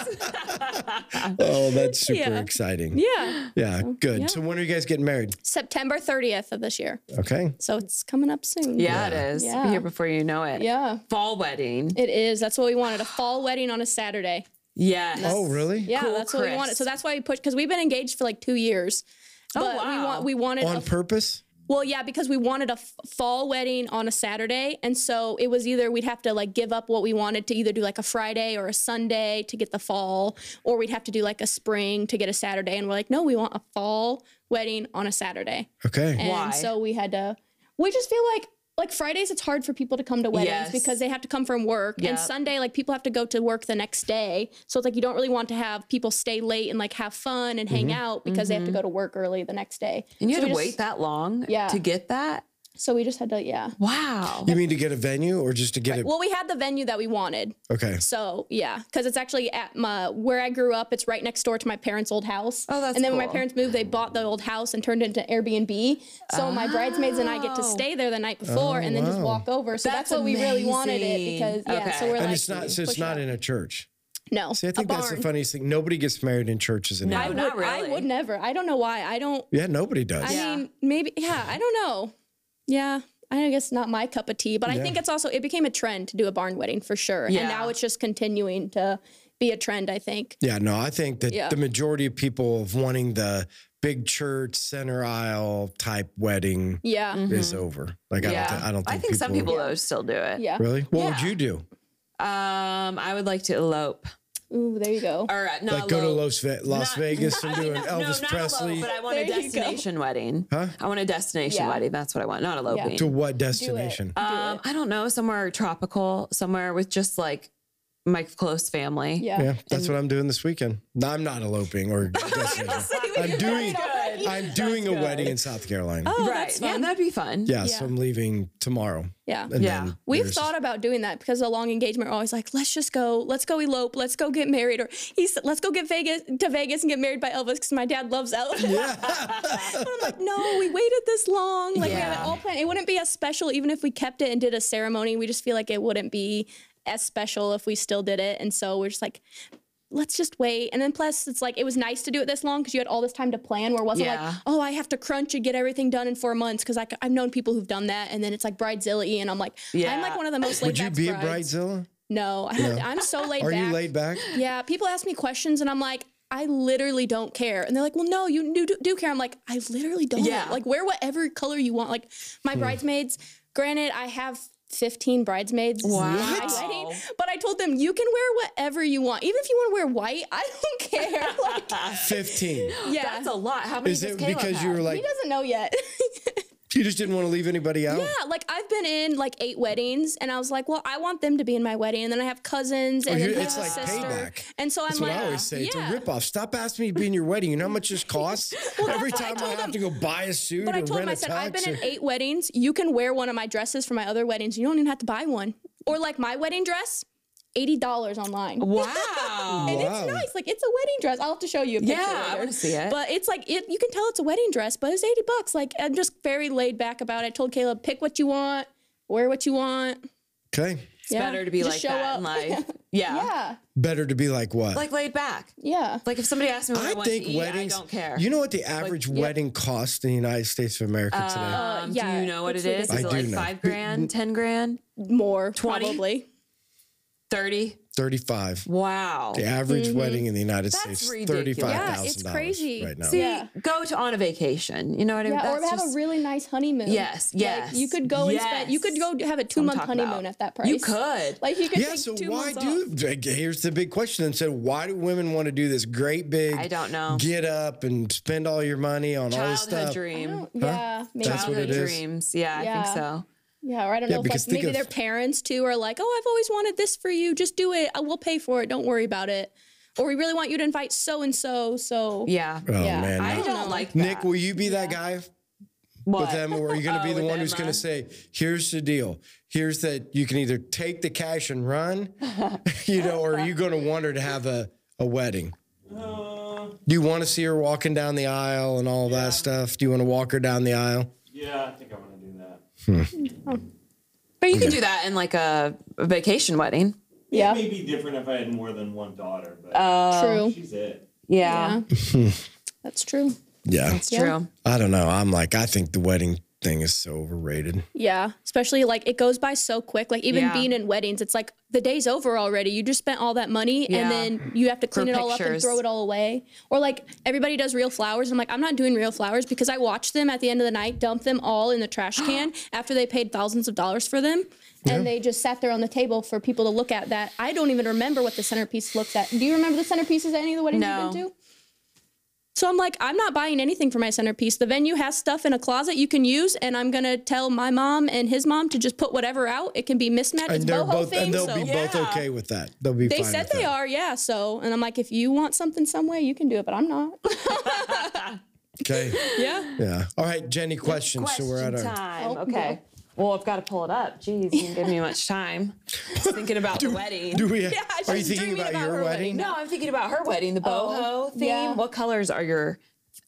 oh, that's super
Yeah.
exciting.
yeah.
Yeah, good. So when are you guys getting married?
September 30th of this year.
Okay.
So it's coming up soon.
Yeah, it is.
Yeah.
Here before you know it.
Yeah.
Fall wedding.
It is. That's what we wanted a fall wedding on a Saturday.
Yes.
Oh, really?
Yeah,
Cool
that's what we wanted.
crisp.
So that's why we pushed because we've been engaged for like two years. But
Oh, wow.
we want we wanted a,
On purpose?
well, yeah, because we wanted a f- fall wedding on a Saturday, and so it was either we'd have to like give up what we wanted to either do like a Friday or a Sunday to get the fall, or we'd have to do like a spring to get a Saturday, and we're like, no, we want a fall wedding on a Saturday,
Okay.
and
Why?
so we had to. We just feel like like Fridays, it's hard for people to come to weddings
Yes.
because they have to come from work.
Yep.
And Sunday, like people have to go to work the next day. So it's like you don't really want to have people stay late and like have fun and hang out because they have to go to work early the next day.
Mm-hmm. And you
so
had to
we just-
wait that long
Yeah.
to get that?
So we just had to, yeah.
Wow.
You mean to get a venue or just to get it?
Well, we had the venue that we wanted.
Okay.
So yeah, because it's actually at my where I grew up. It's right next door to my parents' old house.
Oh, that's
And then when
cool.
my parents moved, they bought the old house and turned it into Airbnb. So my bridesmaids and I get to
Oh.
stay there the night before and then just
Oh, wow.
walk over. So that's,
That's
what we really wanted it
amazing.
because yeah. So
Okay.
we're
And
And
like
it's not, so it's
push
not
it
in a church.
up. no.
See, I think
a
that's the
barn.
funniest thing. Nobody gets married in churches anymore.
I would,
Not
I
really.
would never. I don't know why. I don't.
Yeah, nobody does.
I
Yeah.
mean, maybe. Yeah, I don't know. Yeah. I guess not my cup of tea, but I
Yeah.
think it's also it became a trend to do a barn wedding for sure,
Yeah.
and now it's just continuing to be a trend. I think.
yeah, no, I think that
Yeah.
the majority of people of wanting the big church center aisle type wedding
Mm-hmm.
Yeah.
is over. Like I, don't, thi- I don't think
I think some people though still do it.
Yeah.
really. What would
Yeah.
you do?
Um, I would like to elope.
Ooh, there you go.
Or uh, not
Like go to
elope.
Las, Ve- Las
Not-
Vegas and
I
do
mean,
an
no,
Elvis
not
Presley?
Elope, but I want a
There you go.
destination wedding.
Huh?
I want a destination
Yeah.
wedding. That's what I want. Not eloping.
to what destination?
Uh,
Um, I don't know. Somewhere tropical. Somewhere with just like my close family.
Yeah.
Yeah, that's what I'm doing this weekend. No, I'm not eloping or destination. I'm doing
Good.
I'm doing a
good.
wedding in South Carolina.
Oh,
right.
that's
Yeah,
fun.
that'd be fun.
yeah, so I'm leaving tomorrow.
Yeah.
And
Yeah.
then
We've
there's-
thought about doing that because a long engagement, we're always like, let's just go, let's go elope, let's go get married, or he's, let's go get Vegas to Vegas and get married by Elvis because my dad loves Elvis. but I'm like, no, we waited this long, like we have it
Yeah.
all planned. It wouldn't be as special even if we kept it and did a ceremony. We just feel like it wouldn't be as special if we still did it, and so we're just like. Let's just wait. And then plus it's like it was nice to do it this long because you had all this time to plan where it wasn't
Yeah.
like, oh, I have to crunch and get everything done in four months because I've known people who've done that. And then it's like bridezilla and I'm like, I'm
Yeah.
like one of the most laid
Would you
back
be a
brides.
bridezilla?
No, I don't, I'm so laid
Are
back.
you laid back?
Yeah, people ask me questions and I'm like, I literally don't care. And they're like, well, no, you do, do care. I'm like, I literally don't.
Yeah.
Like, wear whatever color you want. Like,
Hmm.
my bridesmaids, granted, I have 15 bridesmaids. at my
What?
wedding, But I told them, you can wear whatever you want. Even if you want to wear white, I don't care. Like,
Fifteen.
yeah.
That's a lot. How many
Is
does
it
Caleb
because
have?
you were
he
like
doesn't know yet.
you just didn't want to leave anybody out?
Yeah, like I've been in like eight weddings, and I was like, well, I want them to be in my wedding, and then I have cousins and
you-
then
Oh, it's
his
like
sister,
payback.
and so
That's
I'm
what
like, uh,
I always say. It's a
yeah.
ripoff. Stop asking me to be in your wedding. You know how much this costs? Every
that's what I
time I,
told
have to go buy a suit
But
or
I told
rent
him, I
a
said,
tux.
I've been
or-
in eight weddings. You can wear one of my dresses from my other weddings. You don't even have to buy one. Or like my wedding dress, eighty dollars online.
Wow.
And
Wow.
it's nice. Like it's a wedding dress. I'll have to show you a picture.
Yeah, I
later.
wanna see it.
But it's like it you can tell it's a wedding dress, but it's 80 bucks. Like I'm just very laid back about it. I told Caleb, pick what you want, wear what you want.
okay.
It's better to be like that in life. Yeah.
yeah.
Better to be like what?
Like laid back.
Yeah.
Like if somebody asked me what I,
I
want
think
to eat,
weddings.
I don't care.
You know what the average wedding costs in the United States of America today?
Um, do
yeah,
you know what it
it's
is? Is it
ridiculous. I do
like
know.
five grand, ten grand,
More
20?
probably.
thirty?
Thirty-five.
Wow.
The average wedding in the United
Mm-hmm. That's
States is
ridiculous.
thirty-five
Yeah,
thousand
it's
dollars
crazy.
right now.
See,
Yeah.
go to on a vacation. You know what I mean?
Yeah, or
That's
have
just-
a really nice honeymoon.
Yes, yes,
Like, you could go and spend. You could
yes.
go have a two month
talking about.
honeymoon at that price.
You could.
Like you could.
yeah.
take
So
two
why
months
do? like, Here's the big question. Then said, why do women want to do this great big?
I don't know.
Get up and spend all your money on all this
Childhood
stuff.
dream.
off. Yeah, maybe.
That's what
Childhood
it is.
dreams. Yeah, I
Yeah.
think so.
yeah, or I don't know. If,
because
like
think
maybe
of-
their parents too are like, "Oh, I've always wanted this for you. Just do it. I will pay for it. Don't worry about it." Or we really want you to invite so and so. So
Yeah.
Oh
Yeah.
man.
I
no.
don't like that.
Nick, will you be that guy
What?
with them, or are you going to
Oh,
be the
with
one who's going
Emma?
to say, "Here's the deal. Here's that you can either take the cash and run, you know, or are you going to want her to have a a wedding?
Uh,
Do you want to see her walking down the aisle and all that stuff? Do you want to walk her down the aisle?
Yeah, I think I want to do that.
But you can do that in like a, a vacation wedding.
yeah,
It may be different if I had more than one daughter, but
Oh. true.
she's it.
Yeah,
That's true.
Yeah,
it's
Yeah.
true.
I don't know. I'm like, I think the wedding thing is so overrated.
Yeah, especially like it goes by so quick. Like even
Yeah.
being in weddings, it's like the day's over already. You just spent all that money
Yeah.
and then you have to clean it all up and
pictures.
throw it all away. Or like everybody does real flowers. I'm like, I'm not doing real flowers because I watched them at the end of the night dump them all in the trash can after they paid thousands of dollars for them. And they just sat there on the table for people to look at that. I don't even remember what the centerpiece looked at. Do you remember the centerpieces at any of the weddings
No.
you've been to? So I'm like, I'm not buying anything for my centerpiece. The venue has stuff in a closet you can use, and I'm gonna tell my mom and his mom to just put whatever out. It can be mismatched.
and
it's
they're
boho
both
thing,
and they'll
so
be both
Yeah.
okay with that. They'll be.
they
fine
said
with
they
that.
are, yeah. So, and I'm like, if you want something some way, you can do it, but I'm not.
Okay.
yeah.
Yeah. All right, Jenny. Questions. so we're at
Question
our.
time.
Oh,
okay. Well, I've got to pull it up. Jeez, you didn't give me much time. Just thinking about the wedding.
Do we?
I was
are you
just
thinking
dreaming
about,
about
your
her
wedding?
wedding.
no, I'm thinking about her wedding, the boho
Oh,
theme.
yeah.
What colors are your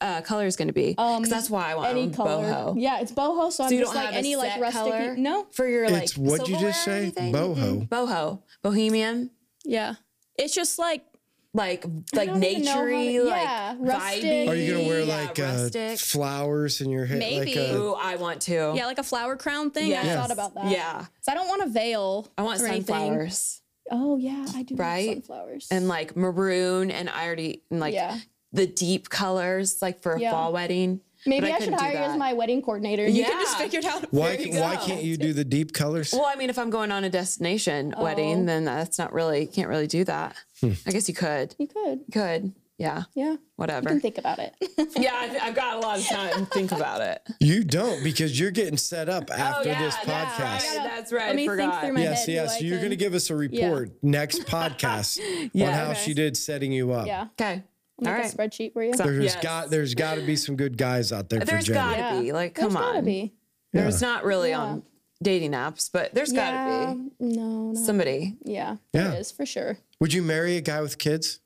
uh, colors going to be? Because that's why I want
Any
um,
color.
boho.
Yeah, it's boho, so, I'm
So you
just
don't
like
have
any
a
like
set
rustic.
color
No.
for your like.
It's what'd you just
silverware or
say?
anything? Mm-hmm.
Boho.
Boho. Bohemian.
Yeah. It's just like
Like like
don't even know how to-
naturey. Like
yeah, rustic.
vibey.
Are you gonna wear
yeah,
like uh,
rustic?
flowers in your hair? Like uh,
Maybe.
a,
Ooh, I want to.
yeah, like a flower crown thing. I
Yes.
thought about that.
Yeah.
So I don't want a veil.
I want
or Anything.
sunflowers
Oh yeah, I do.
Right?
Right. Sunflowers.
and like maroon and I already and like
Yeah.
the deep colors like for a
Yeah.
fall wedding. But
Maybe I, should
couldn't do
hire you as
that.
my wedding coordinator. You can just
Yeah.
figure it out.
why?
you
Why
go.
can't you do the deep colors?
Well, I mean, if I'm going on a destination
Oh.
wedding, then that's not really can't really do that. I guess you could.
You could.
Could. Yeah.
Yeah. You
Whatever.
can think about it.
yeah, I th- I've got a lot of time to think about it.
you don't because you're getting set up after
Oh, yeah,
this
that's right.
podcast.
Yeah, that's right,
Let me
forgot.
think through my head.
Yes,
who
yes.
I
You're going to
can-
give us a report next podcast on
Yeah.
how
Okay.
she did setting you up.
Yeah.
Okay.
Make
All
a
right.
spreadsheet for you.
So-
There's
Yes.
got there's got to be some good guys out there
There's
for Jenny.
gotta be. Like, come
There's gotta
on.
be.
There's not really on dating apps, but there's
yeah.
gotta be
No. no.
somebody.
yeah.
Yeah.
It is for sure.
Would you marry a guy with kids?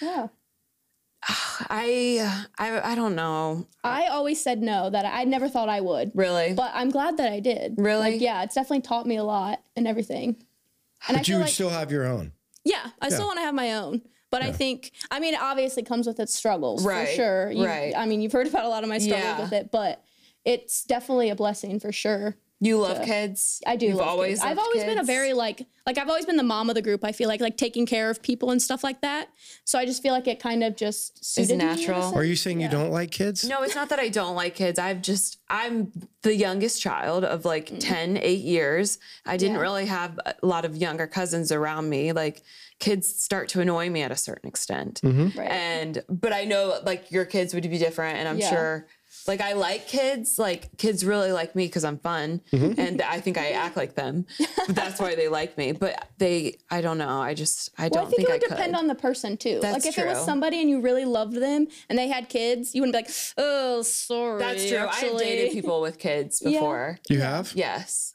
Yeah.
I I I don't know.
I always said no. That I never thought I would.
Really?
But I'm glad that I did.
Really?
Like, yeah, it's definitely taught me a lot and everything. And I
But you
feel
would
like,
still have your own.
yeah, I
Yeah.
still want to have my own. But I think, I mean, it obviously comes with its struggles
Right,
for sure. You-
right.
I mean, you've heard about a lot of my struggles
Yeah.
with it, but it's definitely a blessing for sure.
you love kids?
I do.
You've
love
always
kids. I've
loved
always been a
kids?
very like like I've always been the mom of the group. I feel like like taking care of people and stuff like that. So I just feel like it kind of just suited me in a
natural.
sense.
Are you saying you don't like kids?
No, it's not that I don't like kids. I've just I'm the youngest child of like
Mm.
10, 8 years. I didn't really have a lot of younger cousins around me. Like kids start to annoy me at a certain extent.
Right.
And but I know like your kids would be different and I'm
Yeah.
sure like I like kids, like kids really like me cuz I'm fun and I think I act like them. But that's why they like me. But they I don't know. I just I
Well,
don't
I think,
think,
it would
I could.
depend on the person too.
That's
like if it was
true.
somebody and you really loved them and they had kids, you wouldn't be like, oh, sorry.
that's true. I've
actually."
dated people with kids before.
You have?
Yes.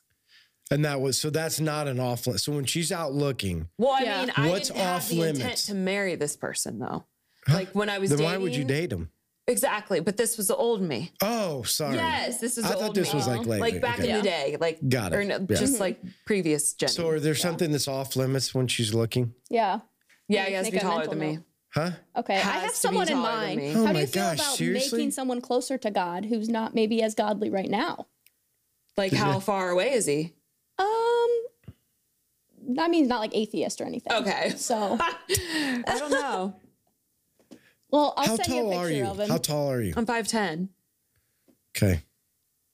And that was so that's not an off limit. So when she's out looking,
Well, I
Yeah.
mean, I
What's
didn't have
off
the intent
limits?
to marry this person though. Like when I was
then
dating.
why would you date him?
Exactly, but this was the old me.
Oh, sorry.
Yes, this is.
I
the
thought
old
this
me.
was like later.
like back
Okay.
in the day, like
Got it.
or no,
Yeah. Mm-hmm.
just like previous Jenny.
So are there something that's off limits when she's looking?
Yeah.
yeah, you guys
Make
be
a
taller
mental
than me.
note.
Huh?
Okay. I
Has to
have
be
someone in
taller than
mind.
me.
Oh
How do
my
you feel
gosh,
about
seriously?
making someone closer to God who's not maybe as godly right now?
Like how far away is he?
Um I mean not like atheist or anything.
Okay,
So
I don't know.
well I'll
How
send you a
tall
picture
are you?
of him.
How tall are you?
I'm five ten.
Okay.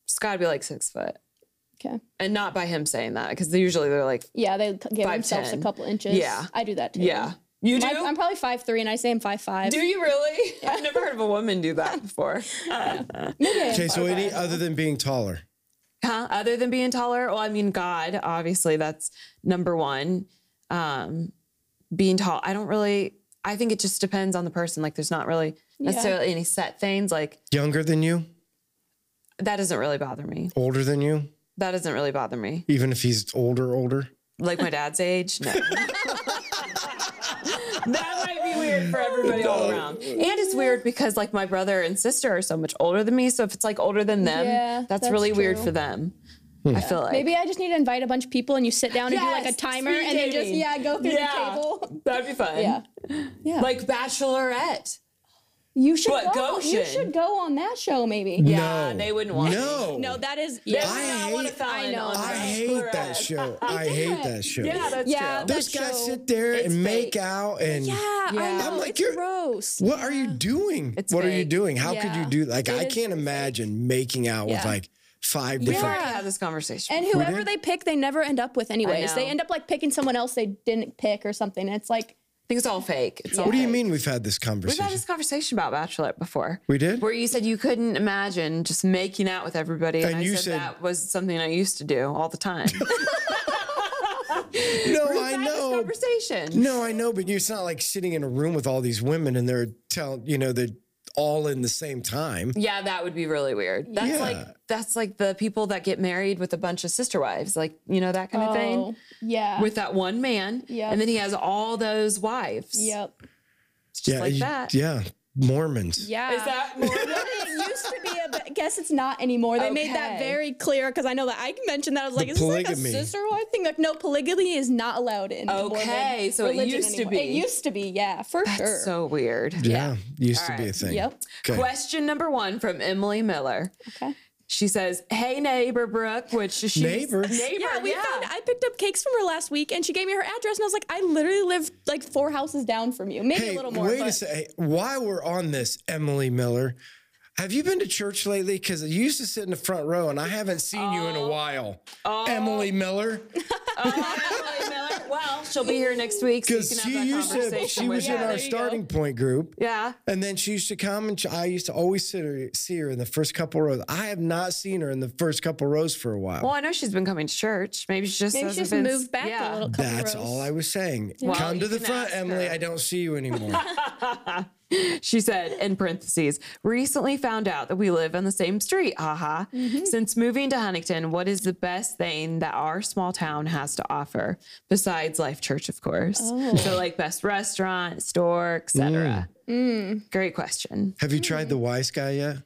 It's got to be like six foot,
okay.
and not by him saying that because usually they're like,
Yeah, they c- give themselves a
5'10".
couple inches.
Yeah.
I do that too.
yeah, you do.
My- I'm probably five three and I say I'm five five.
do you really? I've never heard of a woman do that before.
Uh,
Okay, so any other than being taller?
Huh? Other than being taller? Well, I mean, God, obviously, that's number one. Um, being tall, I don't really, I think it just depends on the person. Like, there's not really necessarily any set things. Like,
Younger than you?
that doesn't really bother me.
Older than you?
That doesn't really bother me.
Even if he's older, older?
Like, my dad's age, no. that might be weird for everybody all around. And it's weird because, like, my brother and sister are so much older than me. So if it's like older than them,
Yeah,
that's,
that's
really weird
true. Hmm.
for them. I feel like.
Maybe I just need to invite a bunch of people and you sit down and do like
Yes,
a timer
speed
and then just
dating.
yeah, go through
Yeah.
the table.
That'd be fun.
Yeah. Yeah.
Like Bachelorette.
You should
But
go. You
Goshen.
should go on that show maybe.
Yeah,
No.
they wouldn't want me.
No.
No, that is yeah.
I
I
want a
hate-
felon
I know.
on
I
Bachelorette.
hate that show. I hate that show.
Yeah, that's
Yeah,
true.
that-
Those guys
show.
sit there
It's
and make
fake.
out and
Yeah,
Yeah.
I know.
I'm
like,
it's
you're-
gross.
what are you doing?
It's
what are you
fake.
doing? How could you
Yeah.
do like
It
I
is
can't imagine making out with
Yeah.
like five
We've
different
already had this conversation.
And whoever they pick, they never end up with anyways.
know.
They end up like picking someone else they didn't pick or something. And it's like
I think it's all fake. It's all
What do you
fake.
mean we've had this
We've
conversation?
had this conversation about Bachelorette before.
We did?
Where you said you couldn't imagine just making out with everybody. And,
And
I
you
said,
said-
that was something I used to do all the time.
no, I
We've had this
know.
conversation.
No, I know, but it's not like sitting in a room with all these women and they're telling, you know, they're all in the same time.
Yeah, that would be really weird. That's
Yeah.
like that's like the people that get married with a bunch of sister wives, like you know that kind of
Oh,
thing.
yeah.
With that one man,
Yep.
and then he has all those wives.
yep.
It's just like
you-
that.
Yeah. Mormons.
Yeah.
Is that more?
it used to be a but I guess it's not anymore. They made that
Okay.
very clear because I know that I mentioned that I was like, is
polygamy.
this like a sister wife thing? Like, no, polygamy is not allowed in. the Mormon
Okay, so it
religion
used to
anymore. It
be.
used to be, yeah, for sure.
That's so weird.
Yeah. Used to be a
right.
thing.
Yep.
Okay.
Question number one from Emily Miller.
okay.
She says, "Hey neighbor Brooke," which she's
Neighbor?
Neighbor,
Yeah, we found. I picked up cakes from her last week, and she gave me her address, and I was like, I literally live like four houses down from you, maybe
Hey,
a little more.
wait
but-
a second. While we're on this, Emily Miller, have you been to church lately? Because you used to sit in the front row, and I haven't seen you in a while. Emily Miller,
Oh, Emily Miller. Well, she'll be here next week. So you can
because
have
she
that
used to,
conversation
she
with
was
her.
in our
there you go.
starting point group.
Yeah.
And then she used to come, and she- I used to always sit her, see her in the first couple rows. I have not seen her in the first couple rows for a while.
Well, I know she's been coming to church. Maybe she just
Maybe she
hasn't
just
been-
moved back
yeah.
a little. Couple
That's
rows.
all I was saying.
Well,
come
you
to the
can
front,
ask
Emily.
her.
I don't see you anymore.
She said in parentheses, recently found out that we live on the same street. Haha. Since moving to Huntington, what is the best thing that our small town has to offer besides Life Church, of course? So like best restaurant, store, etc. Great question.
have you tried the Wise Guy yet?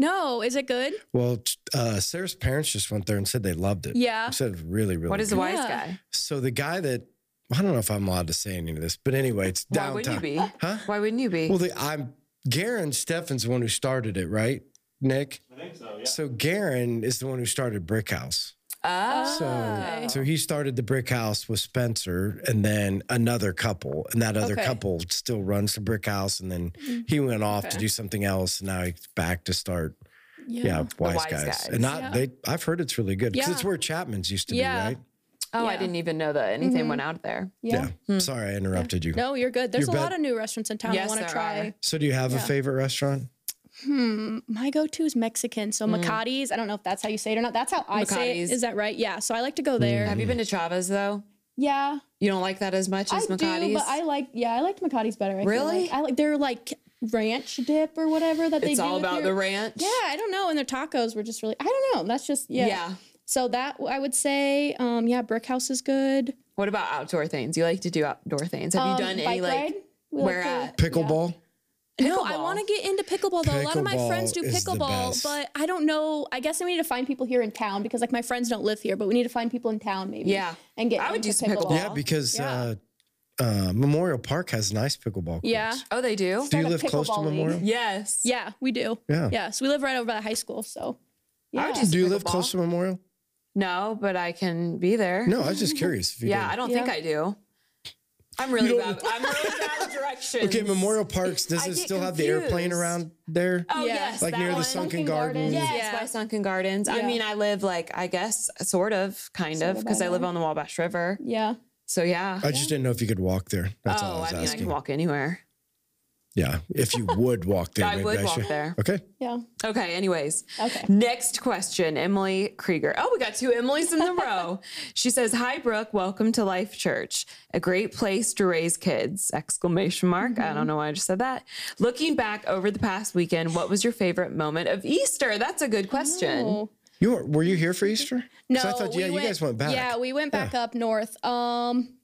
No, is it good?
Well, t- uh, Sarah's parents just went there and said they loved it.
Yeah.
They said it's really, really.
What is the
good.
wise
Yeah.
guy?
So the guy that I don't know if I'm allowed to say any of this, but anyway, it's
Why
downtown.
wouldn't you be?
Huh?
Why wouldn't you be?
Well, the, I'm Garen Steffen's the one who started it, right, Nick?
I think so, yeah.
So Garen is the one who started Brick House.
Oh,
Ah.
So, so he started the brick house with Spencer and then another couple. And that other
Okay.
couple still runs the brick house. And then he went off to do something else. And now he's back to start. Yeah, wise,
Wise
guys.
Guys.
And not, they, I've heard it's really good because it's
Yeah.
where Chapman's used to
Yeah.
be, right?
oh, I didn't even know that anything went out there.
Yeah.
Sorry, I interrupted you.
No, you're good. There's
You're
a
bet-
lot of new restaurants in town
Yes,
I want
there
to try.
are.
So, do you have a favorite restaurant?
My go-to is Mexican, so Macati's. I don't know if that's how you say it or not. That's how I say
Mm. Macati's.
it. Is that right? Yeah. So I like to
Mm.
go there.
Have you been to Chava's though?
Yeah,
You don't like that as much
I
as Makati's?
do, but I like. Yeah, I liked Macati's better. I feel
Really?
like. I like their like ranch dip or whatever that they
it's
do.
all
with
about
your-
the ranch.
Yeah, I don't know. And their tacos were just really. I don't know. That's just yeah.
Yeah.
So that I would say, um, yeah, Brick House is good.
What about outdoor things? You like to do outdoor things. Have
Um,
you done any
bike
like
ride? We
where
to-
at?
Pickleball?
No, I
Pickleball.
want to get into pickleball though. a lot of my friends do
Pickleball is the best.
pickleball, but I don't know. I guess I need to find people here in town because like my friends don't live here, but we need to find people in town maybe.
Yeah.
and get.
I would
into
do some pickleball.
Yeah, because Uh, uh, Memorial Park has nice pickleball. Courts.
Yeah.
Oh, they do?
Do you
Got a
live close to
pickleball league.
Memorial?
Yes.
Yeah, we do.
Yeah.
Yeah, so we live right over by the high school. So.
I
Yeah.
would just-
Do you live
Pickleball?
close to Memorial?
No, but I can be there.
No, I was just curious. If you
Yeah,
did.
I don't
Yeah.
think I do. I'm really
don't-
bad. I'm really bad with directions.
Okay, Memorial Parks. Does
I
it
get
still have the airplane
confused.
around there?
Oh
Yeah.
yes,
like
that
near
one.
the Sunken
Sunken
Garden.
Garden.
Yes,
Yeah.
by Sunken Gardens. I
Yeah.
mean, I live like I guess sort of, kind of,
of
because
by
I live on the Wabash River.
yeah.
So yeah.
I just didn't know if you could walk there. That's all I
oh,
was
I mean, I
asking.
can walk anywhere.
Yeah, if you would walk there,
I
maybe
would
I
walk
should.
there.
Okay.
Yeah.
Okay, anyways.
Okay.
Next question, Emily Krieger. Oh, we got two Emily's in a row. She says, Hi Brooke, welcome to Life Church. A great place to raise kids. Exclamation mark. I don't know why I just said that. Looking back over the past weekend, what was your favorite moment of Easter? That's a good question.
Oh.
You were, were you here for Easter? 'Cause
No,
I thought
we
yeah, you guys went back.
Yeah, we went back up north. Um,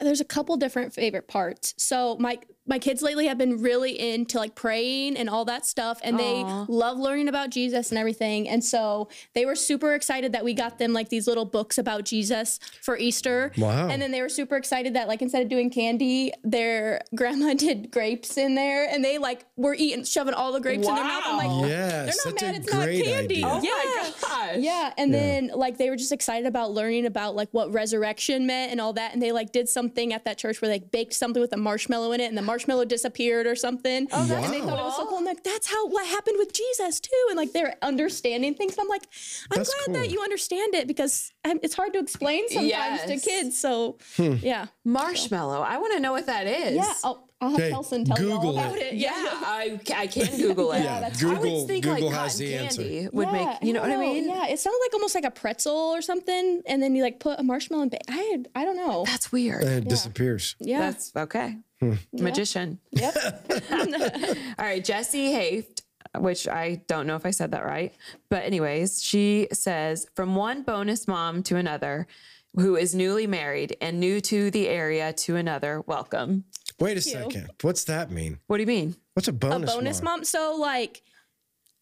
there's a couple different favorite parts. So my my kids lately have been really into like praying and all that stuff, and
Aw.
they love learning about Jesus and everything. And so they were super excited that we got them like these little books about Jesus for Easter.
Wow.
And then they were super excited that like instead of doing candy, their grandma did grapes in there, and they like were eating, shoving all the grapes in their mouth. I'm
Wow.
like,
Yes,
they're not
that's
mad.
a
It's not
great
candy.
idea.
Oh
Yeah.
my gosh.
Yeah, and then like they were just excited about learning about like what resurrection meant and all that, and they like did something at that church where they like, baked something with a marshmallow in it, and the marshmallow disappeared or something. Oh,
that's
and they thought it was so
cool.
cool. And like, that's how what happened with Jesus too. And like they're understanding things. And I'm like, I'm
That's
glad that
cool.
you understand it because um, it's hard to explain sometimes to
Yes.
kids. So
Hmm.
yeah.
Marshmallow. I want to know what that is.
Yeah. I'll, I'll have
Hey,
Kelson tell you all
Google
about
it.
it.
Oh, Yeah, I, I can Google it.
Yeah, that's-
I would
Google-
think
Google
like
has
cotton
the answer.
candy would
Yeah,
make, you know what I
don't
mean?
Yeah, it sounded like almost like a pretzel or something, and then you like put a marshmallow in. Ba- I had, I don't know.
That's weird.
And it disappears.
Yeah,
That's okay.
Hmm.
Magician. All right, Jessie Haft, which I don't know if I said that right, but anyways, she says from one bonus mom to another who is newly married and new to the area to another, welcome.
Wait a second. What's that mean?
What do you mean?
What's a bonus?
bonus
mom?
mom. So like,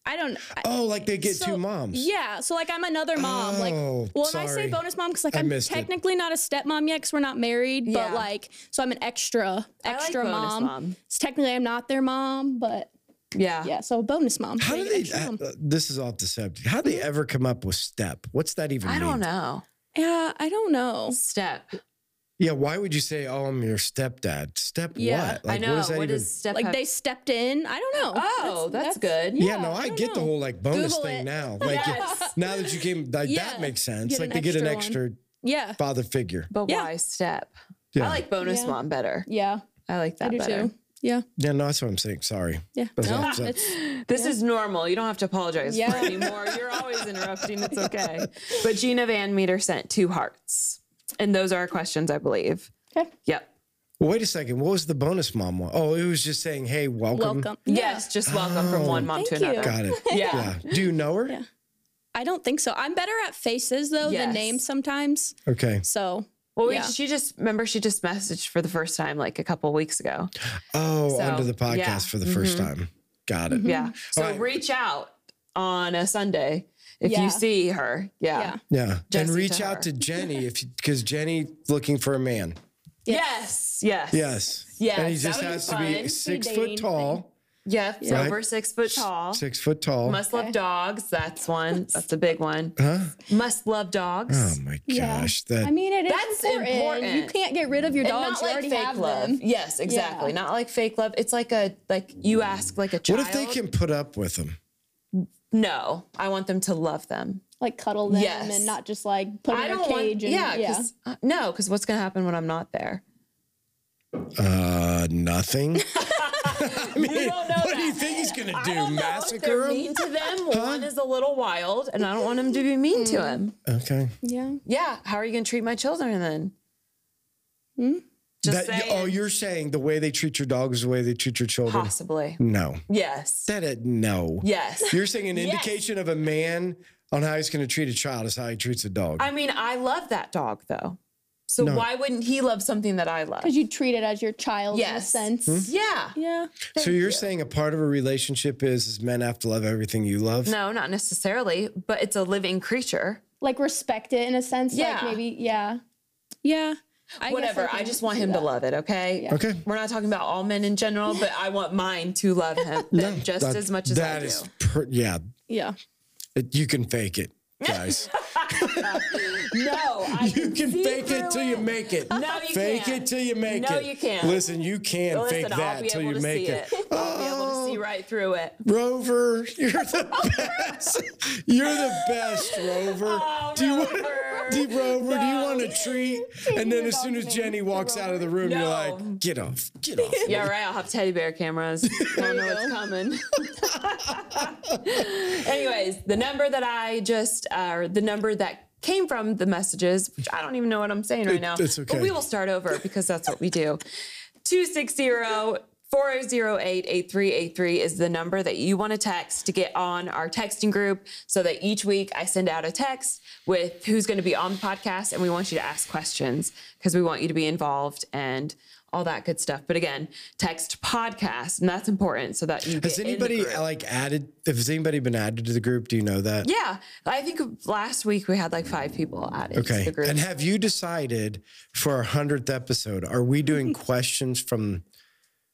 I don't. I,
Oh, like they get
so-
two moms.
Yeah, so like I'm another mom. like,
Oh,
well, and I say
sorry.
bonus mom because like
I
I'm
missed it.
technically not a stepmom yet because we're not married.
Yeah.
But like, so I'm an extra,
like
extra
bonus
mom.
mom. Ah.
It's technically I'm not their mom, but
Yeah.
yeah, so bonus mom.
How do
Big
they?
extra mom.
uh, this is off the subject. How do they ever come up with step? What's that even?
Hmm. I
mean?
don't know.
yeah, I don't know.
Step.
Yeah, why would you say, "Oh, I'm your stepdad"? Step
Yeah,
what?
I know.
What does that
What
even?
is step?
Like
have-
they stepped in. I don't know.
oh, that's, good.
yeah, no,
yeah, I
I
don't
get the
know.
whole like bonus
Google
thing
it.
now. Like, it-
Yes.
now that you came, like,
Yeah.
that makes sense.
Get
like
an
they get an
extra
extra
Yeah.
father figure.
But
Yeah.
why step?
Yeah,
I like bonus
Yeah.
mom better.
Yeah.
I like that
I do
better.
too. Yeah.
yeah, no, that's what I'm saying. Sorry.
Yeah.
That's
No,
all. So-
it's-
This is normal. You don't have to apologize for
Yeah.
anymore. You're always interrupting. It's okay. But Gina Van Meter sent two hearts. And those are our questions, I believe.
okay.
Yep.
Well, wait a second. What was the bonus mom one? Oh, it was just saying, "Hey, welcome."
Welcome.
Yes, just welcome from one mom to
Thank you.
another.
Got it.
Yeah.
yeah. Do you know her?
I don't think so. I'm better at faces though
Yes.
than names sometimes.
Okay.
So
Well, we,
Yeah.
she just remember she just messaged for the first time like a couple weeks ago.
Oh,
So,
onto the podcast
yeah. Mm-hmm.
for the first time. Got it.
Yeah. So
Hmm. right.
reach out on a Sunday if
Yeah.
you see her. Yeah.
Yeah.
Yeah.
Jesse
and reach
to her.
out to Jenny if because Jenny looking for a man.
Yes. Yes.
Yes.
Yes,
And he
that
just
would be
has to
fun.
be six foot
dating
tall.
Yep.
Right.
Over six foot tall.
Six foot tall.
Must love dogs. That's one. That's a big one.
huh?
Must love dogs.
Oh my gosh. That
I mean it is
That's
important. You
important.
can't get rid of your
And not
dogs. You
like
already
fake
have
love.
them.
Yes, exactly.
Yeah.
Not like fake love. It's like a like you ask like a
what
child.
if they can put up with him?
No, I want them to love them.
Like cuddle them
Yes.
and not just like put
I
them in
don't
a cage
want.
and
yeah. 'cause- uh, no, because what's gonna happen when I'm not there?
Uh nothing. I mean,
don't know
what do you
that.
think he's gonna
I
do?
don't know if they're
Massacre him?
mean to them. One is a little wild, and I don't want him to be mean to him.
Okay.
Yeah.
Hmm. Yeah. How are you gonna treat my children then? Hmm? Just
That- oh,
saying.
you're saying the way they treat your dog is the way they treat your children?
Possibly.
No.
Yes.
That it no.
Yes.
You're saying an
Yes.
indication of a man on how he's going to treat a child is how he treats a dog.
I mean, I love that dog though. So why wouldn't he love something that I love?
Because you treat it as your child
Yes.
in a sense.
Hmm?
Yeah.
Yeah.
so you're saying a part of a relationship is, is men have to love everything you love?
No, not necessarily, but it's a living creature.
Like respect it in a sense.
Yeah.
Like maybe yeah. Yeah. I guess
Whatever. I
can
just
do
want him to
that.
love it, okay?
Okay.
We're not talking about all men in general, but I want mine to love him just
That-
as much as I
that
do.
is per- yeah,
Yeah.
It- you can fake it, guys.
No, I
you can
see
fake
through
it till you make it.
No, you
fake
can't.
it till you make
No,
it.
you can't.
Listen, you can
Listen,
fake
I'll
that
be
till
able
you
to
make
see
it. Oh.
it. I'll be able to see right through it.
Rover, you're the best. you're the best, Rover.
Oh,
do you
Rover.
want, do, you- Rover, do you want a treat? And then
your
as soon
dog's
as
name
Jenny walks out of the room, you're
No.
like, get off, get off.
Yeah, right. I'll have teddy bear cameras. I don't know what's coming. Anyways, the number that I just, uh, or the number that came from the messages, which I don't even know what I'm saying right now.
it's
But
okay.
we will start over because that's what we do. 260 408 8383 is the number that you want to text to get on our texting group so that each week I send out a text with who's going to be on the podcast and we want you to ask questions because we want you to be involved and all that good stuff. But again, text podcast and that's important so that you
Has
get in the
anybody
group.
like added? Has anybody been added to the group? Do you know that?
Yeah, I think last week we had like five people added to
Okay.
the group.
And have you decided for our hundredth episode? Are we doing questions from?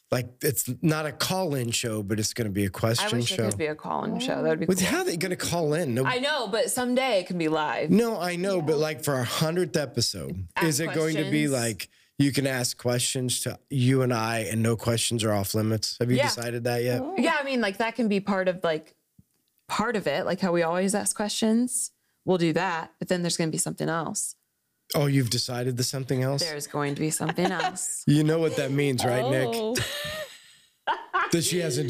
Like it's not a call-in show, but it's going to be a
I
question
wish it
show.
could be a call-in show. That would be
With
cool.
how they going to call in? No,
I know, but someday it can be live.
no, I know, but like for our hundredth episode, is it going to be
questions.
like you can ask questions to you and I, and no questions are off limits. Have you
Yeah.
decided that yet?
Yeah, I mean, like that can be part of like part of it, like how we always ask questions. We'll do that, but then there's going to be something else.
Oh, you've decided to something else?
There's going to be something else.
You know what that means, right, Nick?
Oh.
That she hasn't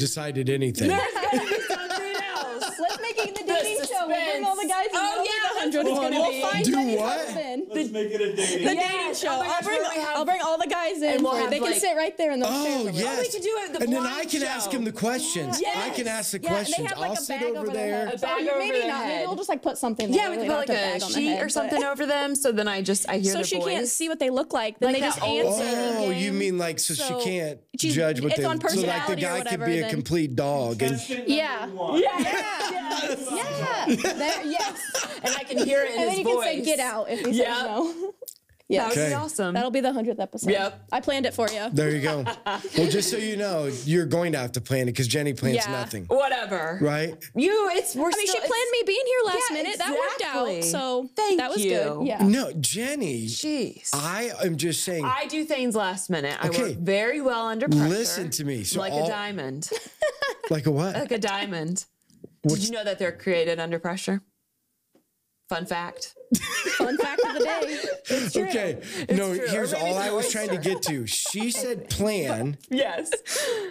decided anything.
there's going to be something else.
Let's make it the
The
dating show. We'll bring all the
suspense.
guys in.
Oh,
That'll be
yeah,
the hundred it's gonna
let's-
be.
We'll find
Do
Betty's
what?
husband.
Let's make it a
The
dating.
dating
Yes.
show.
Oh my
I'll
gosh,
bring
where we have-
I'll bring all the guys in.
we'll
for it.
have,
They can
like-
sit right there in those chairs.
Oh
over there.
yes,
could do it- the
and then I
blind
can ask
show.
him the questions. I can ask the
Yeah, and they
questions.
have, like,
I'll
a
sit
bag
over
their
there.
head.
A bag
Or
over
maybe
their
not. Maybe
head.
we'll just like put something.
Yeah,
there.
we could
We
put
don't
like
have to
a
bag on the
sheet
head,
or
but-
something over them, so then I just I hear
So
their
she
voice.
can't see what they look like. Then
Like
they just
that old-
answer.
Oh, you
again.
mean like so,
So
she can't
she's-
judge what
it's
they
on
so like
personality
the
or
guy could
whatever,
be a
then.
complete dog and
Yeah.
Yeah.
Yeah. There- yes.
and I can hear it in
And
his
then you
voice.
can say get out if he says
Yeah.
no.
That
Yeah.
would
Okay.
be awesome.
That'll be the hundredth episode.
Yep.
I planned it for you.
there you go. well, just so you know, you're going to have to plan it because Jenny plans
Yeah.
nothing,
Whatever.
right?
You, it's we're
I mean,
still,
she
it's-
planned me being here last
Yeah,
minute. That worked out.
exactly.
So
Thank
that was
you.
good. Yeah.
No, Jenny.
Jeez.
I am just saying.
I do things last minute. I
Okay.
work very well under pressure.
Listen to me. So
like
all-
a diamond.
like a what?
Like a diamond. Did you know that they're created under pressure? Fun fact.
Fun fact of the day.
okay. No,
true. Or
here's
maybe
all
it's
I
an
was trying to get to. She said plan,
Yes.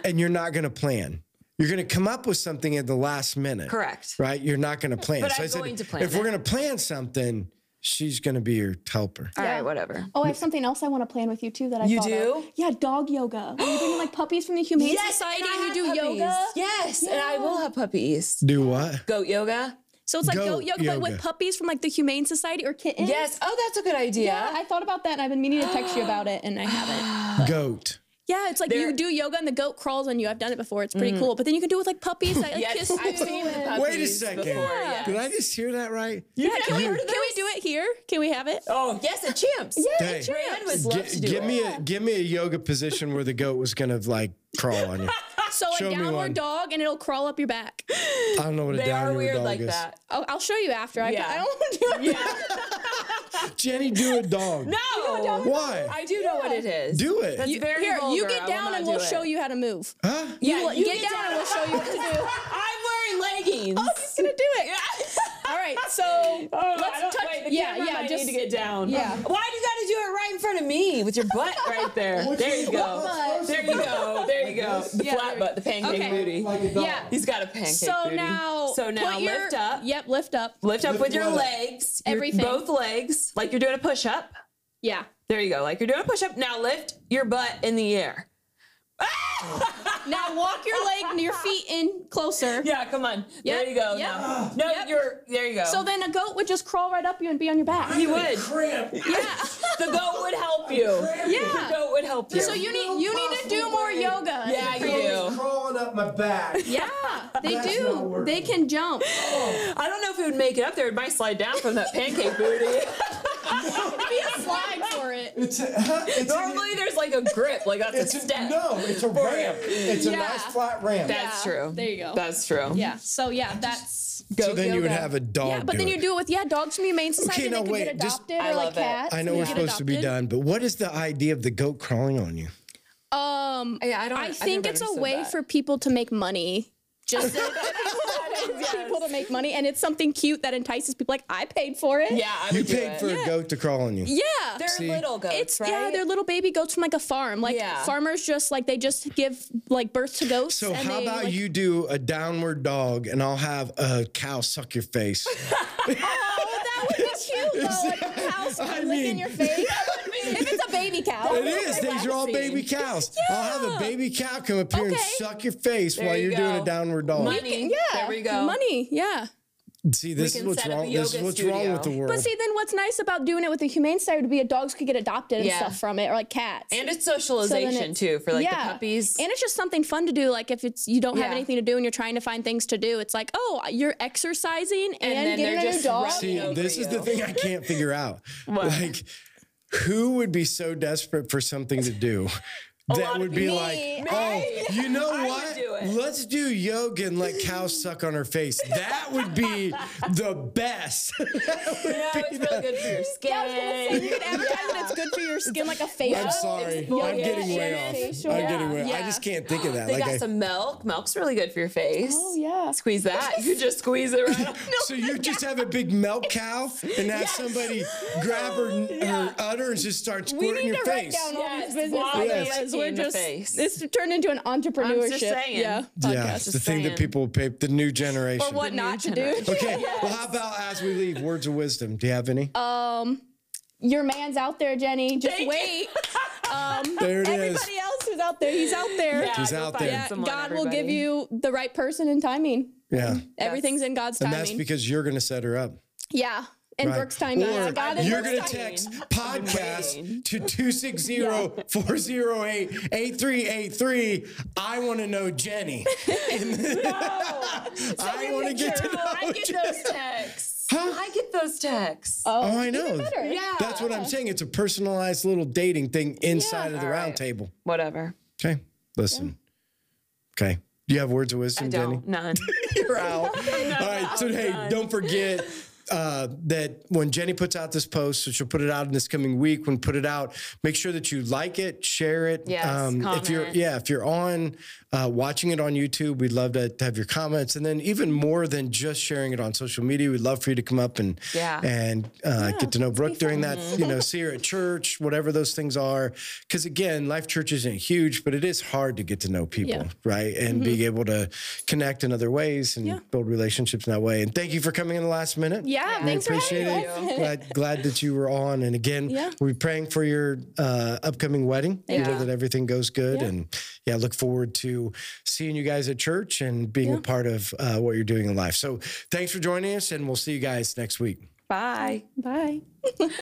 and you're not going to plan. You're going to come up with something at the last minute.
Correct.
Right? You're not going to plan.
But
so
I'm
I said,
going to plan
if we're
it.
going to plan something, she's going to be your helper.
All
Yeah.
right, whatever.
Oh, I have something else I want to plan with you too that I
You
thought of.
do?
Yeah, dog yoga. When you bring in like puppies from the Humane Society
and I
and you do
have
yoga.
puppies. Yes, and I will have puppies.
Do what?
Goat yoga.
So it's like
Goat
goat yoga, but with
yoga.
puppies from like the Humane Society or kittens.
Yes. Oh, that's a good idea.
Yeah, I thought about that and I've been meaning to text you about it and I haven't.
Goat.
Yeah, it's like
There-
you do yoga and the goat crawls on you. I've done it before. It's pretty cool. But then you can do it with like puppies that like
yes,
kiss
I've
you.
seen the
and-
puppies
Wait a second.
Before, yes.
Did I just hear that right?
Yeah, can we, can we do it here? Can we have it?
Oh, yes, at Champs.
Hey,
Rand would love
gi-
to do
give
it.
me a give me a yoga position where the goat was gonna like crawl on you.
So
Show
a
me one.
downward dog and it'll crawl up your back.
I don't know what a
they are
downward
weird
dog
like
is.
that.
I'll, I'll show you after. I,
Yeah.
I don't want to do it.
Yeah.
Jenny, do a dog.
No.
Why?
I do know what it is.
do it.
That's
You-
very
here,
vulgar.
you
I
get
will
down
not
and
do
we'll
it.
show you how to move.
huh?
Yeah,
We'll- get, down, and we'll show you what to do.
I'm wearing leggings.
Oh, he's gonna do it. All right, so
Oh, I
let's
don't-
touch.
wait, the
yeah,
camera
yeah,
might
just
need to get down. Why
Yeah.
do you got to do it right in front of me with your butt right there? there you go.
butt?
There you go. There you go. The
Yeah, there
flat
we
butt, the pancake
Okay.
booty.
yeah.
He's got a pancake
So
booty.
now,
so now
put your-
lift up.
Yep, lift up.
Lift up with your
one up.
legs. your-
Everything.
Both legs, like you're doing a push up.
Yeah.
There you go. Like you're doing a push up. Now lift your butt in the air.
Now walk your leg and your feet in closer.
Yeah, come on.
Yep,
There you go.
yep,
now. No,
yep.
you're there you go.
So then a goat would just crawl right up you and be on your back.
he would.
Cramp.
Yeah.
The goat would help you. The
yeah.
goat would help you.
So you need you need to do more yoga.
Yeah, you
It's
do.
crawling up my back.
Yeah, they
That's not
do.
working.
They can jump. It'd
I don't know if it would make it up there. It might slide down from that pancake booty.
be a slide for it.
It's a, huh? it's a-
Normally there's like a grip, like that's
it's
a
a-
step.
no, it's a ramp. It's a
Yeah.
nice flat ramp.
That's
Yeah,
true.
there you go.
That's true.
Yeah. So yeah, that's
so then you would have a dog.
yeah. But then
do
you
it.
do it with yeah, dogs from Humane Society.
Okay,
they
now
could get
wait, just-
adopted
I
or like
love it.
cats.
I know
they
we're
get
supposed to be
adopted.
done, but what is the idea of the goat crawling on you?
Um,
Oh, Yeah, I don't-
I
I've
think
never
it's a
understood
way
that.
for people to make money. Just people to make money, and it's something cute that entices people. Like I paid for it.
Yeah, I would
You
do
paid
it.
for a goat to crawl on you.
Yeah.
They're
See?
little goats,
it's
right?
yeah, they're little baby goats from like a farm. Like
Yeah.
farmers just like they just give like birth to goats.
So
and
how
they,
about
like-
you do a downward dog and I'll have a cow suck your face?
Oh, that would be cute though. Like a cow
I
sort of licking
mean-
your face. if it's a baby cow.
it is. These are all baby cows. I'll have a baby cow come up here and
Okay.
suck your face while
you
you're doing
go.
a downward dog.
Money.
Yeah.
There we go.
Money. Yeah.
See, this is
can
what's
set up a
wrong. This is
yoga
what's wrong with the
studio.
world.
But see, then what's nice about doing it with the humane side would be a dogs could get adopted and
Yeah.
stuff from it, or like cats.
And it's
So then
socialization
it's-
too for like
yeah.
the puppies.
And it's just something fun to do. Like if it's you don't have
Yeah.
anything to do and you're trying to find things to do, it's like, oh, you're exercising and,
then they're
getting a new
just
dog.
running.
See,
over
this is the
you.
thing I can't figure out. Like, who would be so desperate for something to do?
lot
That
of
would be
people.
like,
Me.
oh, you know
I would
what?
do it.
Let's do yoga and let cows suck on her face. That would be the best.
yeah, it's really good for your skin.
I was gonna say, you could advertise that it's good for your your skin like a face.
I'm sorry.
exfoliate
I'm getting way
and
off.
facial.
I'm getting way. I
Yeah.
just can't think of that.
They
like
got
I,
some milk. Milk's really good for your face.
Oh yeah.
Squeeze that. You just squeeze it right off.
so you just have a big milk cow and have somebody grab her, her udder and just start
We
squirting
need
your
to write
face.
down all
Yes,
these business
why
ideas.
they like you
We're
in the
just
face.
this turned into an entrepreneurship.
saying.
Yeah.
yeah,
Podcast.
it's the
just
thing
saying.
that people pay the new generation.
Or what
not to do.
Okay, well, how about as we leave, words of wisdom? Do you have any?
Your man's out there, Jenny. Just
Thank you.
wait.
there it is.
Everybody else who's out there, he's out there.
Yeah,
He's
go
out
find
there.
someone,
God will give
everybody.
you the right person and timing.
Yeah,
Everything's in God's
and
timing.
that's because you're going to set her up.
yeah. And
Right.
Brooke's timing.
Or
yeah, God and
you're
Brooke's
going to
timing.
text
been waiting.
podcast to 260-408-8383. I want to know Jenny. I want to get to know
I get
Jenny.
those texts.
Huh?
I get those texts.
Oh, I know.
better.
yeah.
That's what I'm saying. It's a personalized little dating thing inside of the
all
round
right.
table.
Whatever.
Okay. Listen. Okay. Do you have words of wisdom,
I
Jenny?
don't. None.
You're out. All right. So, hey, don't forget uh, that when Jenny puts out this post, so she'll put it out in this coming week. When put it out, make sure that you like it, share it. Um,
Yes,
if you're,
comment.
yeah, if you're on uh, watching it on YouTube, we'd love to, to have your comments. And then even more than just sharing it on social media, we'd love for you to come up and
Yeah.
and uh, get to know Brooke during that. You know, see her at church, whatever those things are. Because again, Life Church isn't huge, but it is hard to get to know people,
Yeah. Mm-hmm.
right? And being able to connect in other ways and build relationships in that way. And thank you for coming in the last minute.
Yeah,
We
thanks for
appreciate
having
it. Glad, glad that you were on. And again,
Yeah.
we're praying for your uh, upcoming wedding. We know
you.
that everything goes good. And yeah, look forward to seeing you guys at church and being a part of uh, what you're doing in life. So thanks for joining us, and we'll see you guys next week.
Bye.
Bye.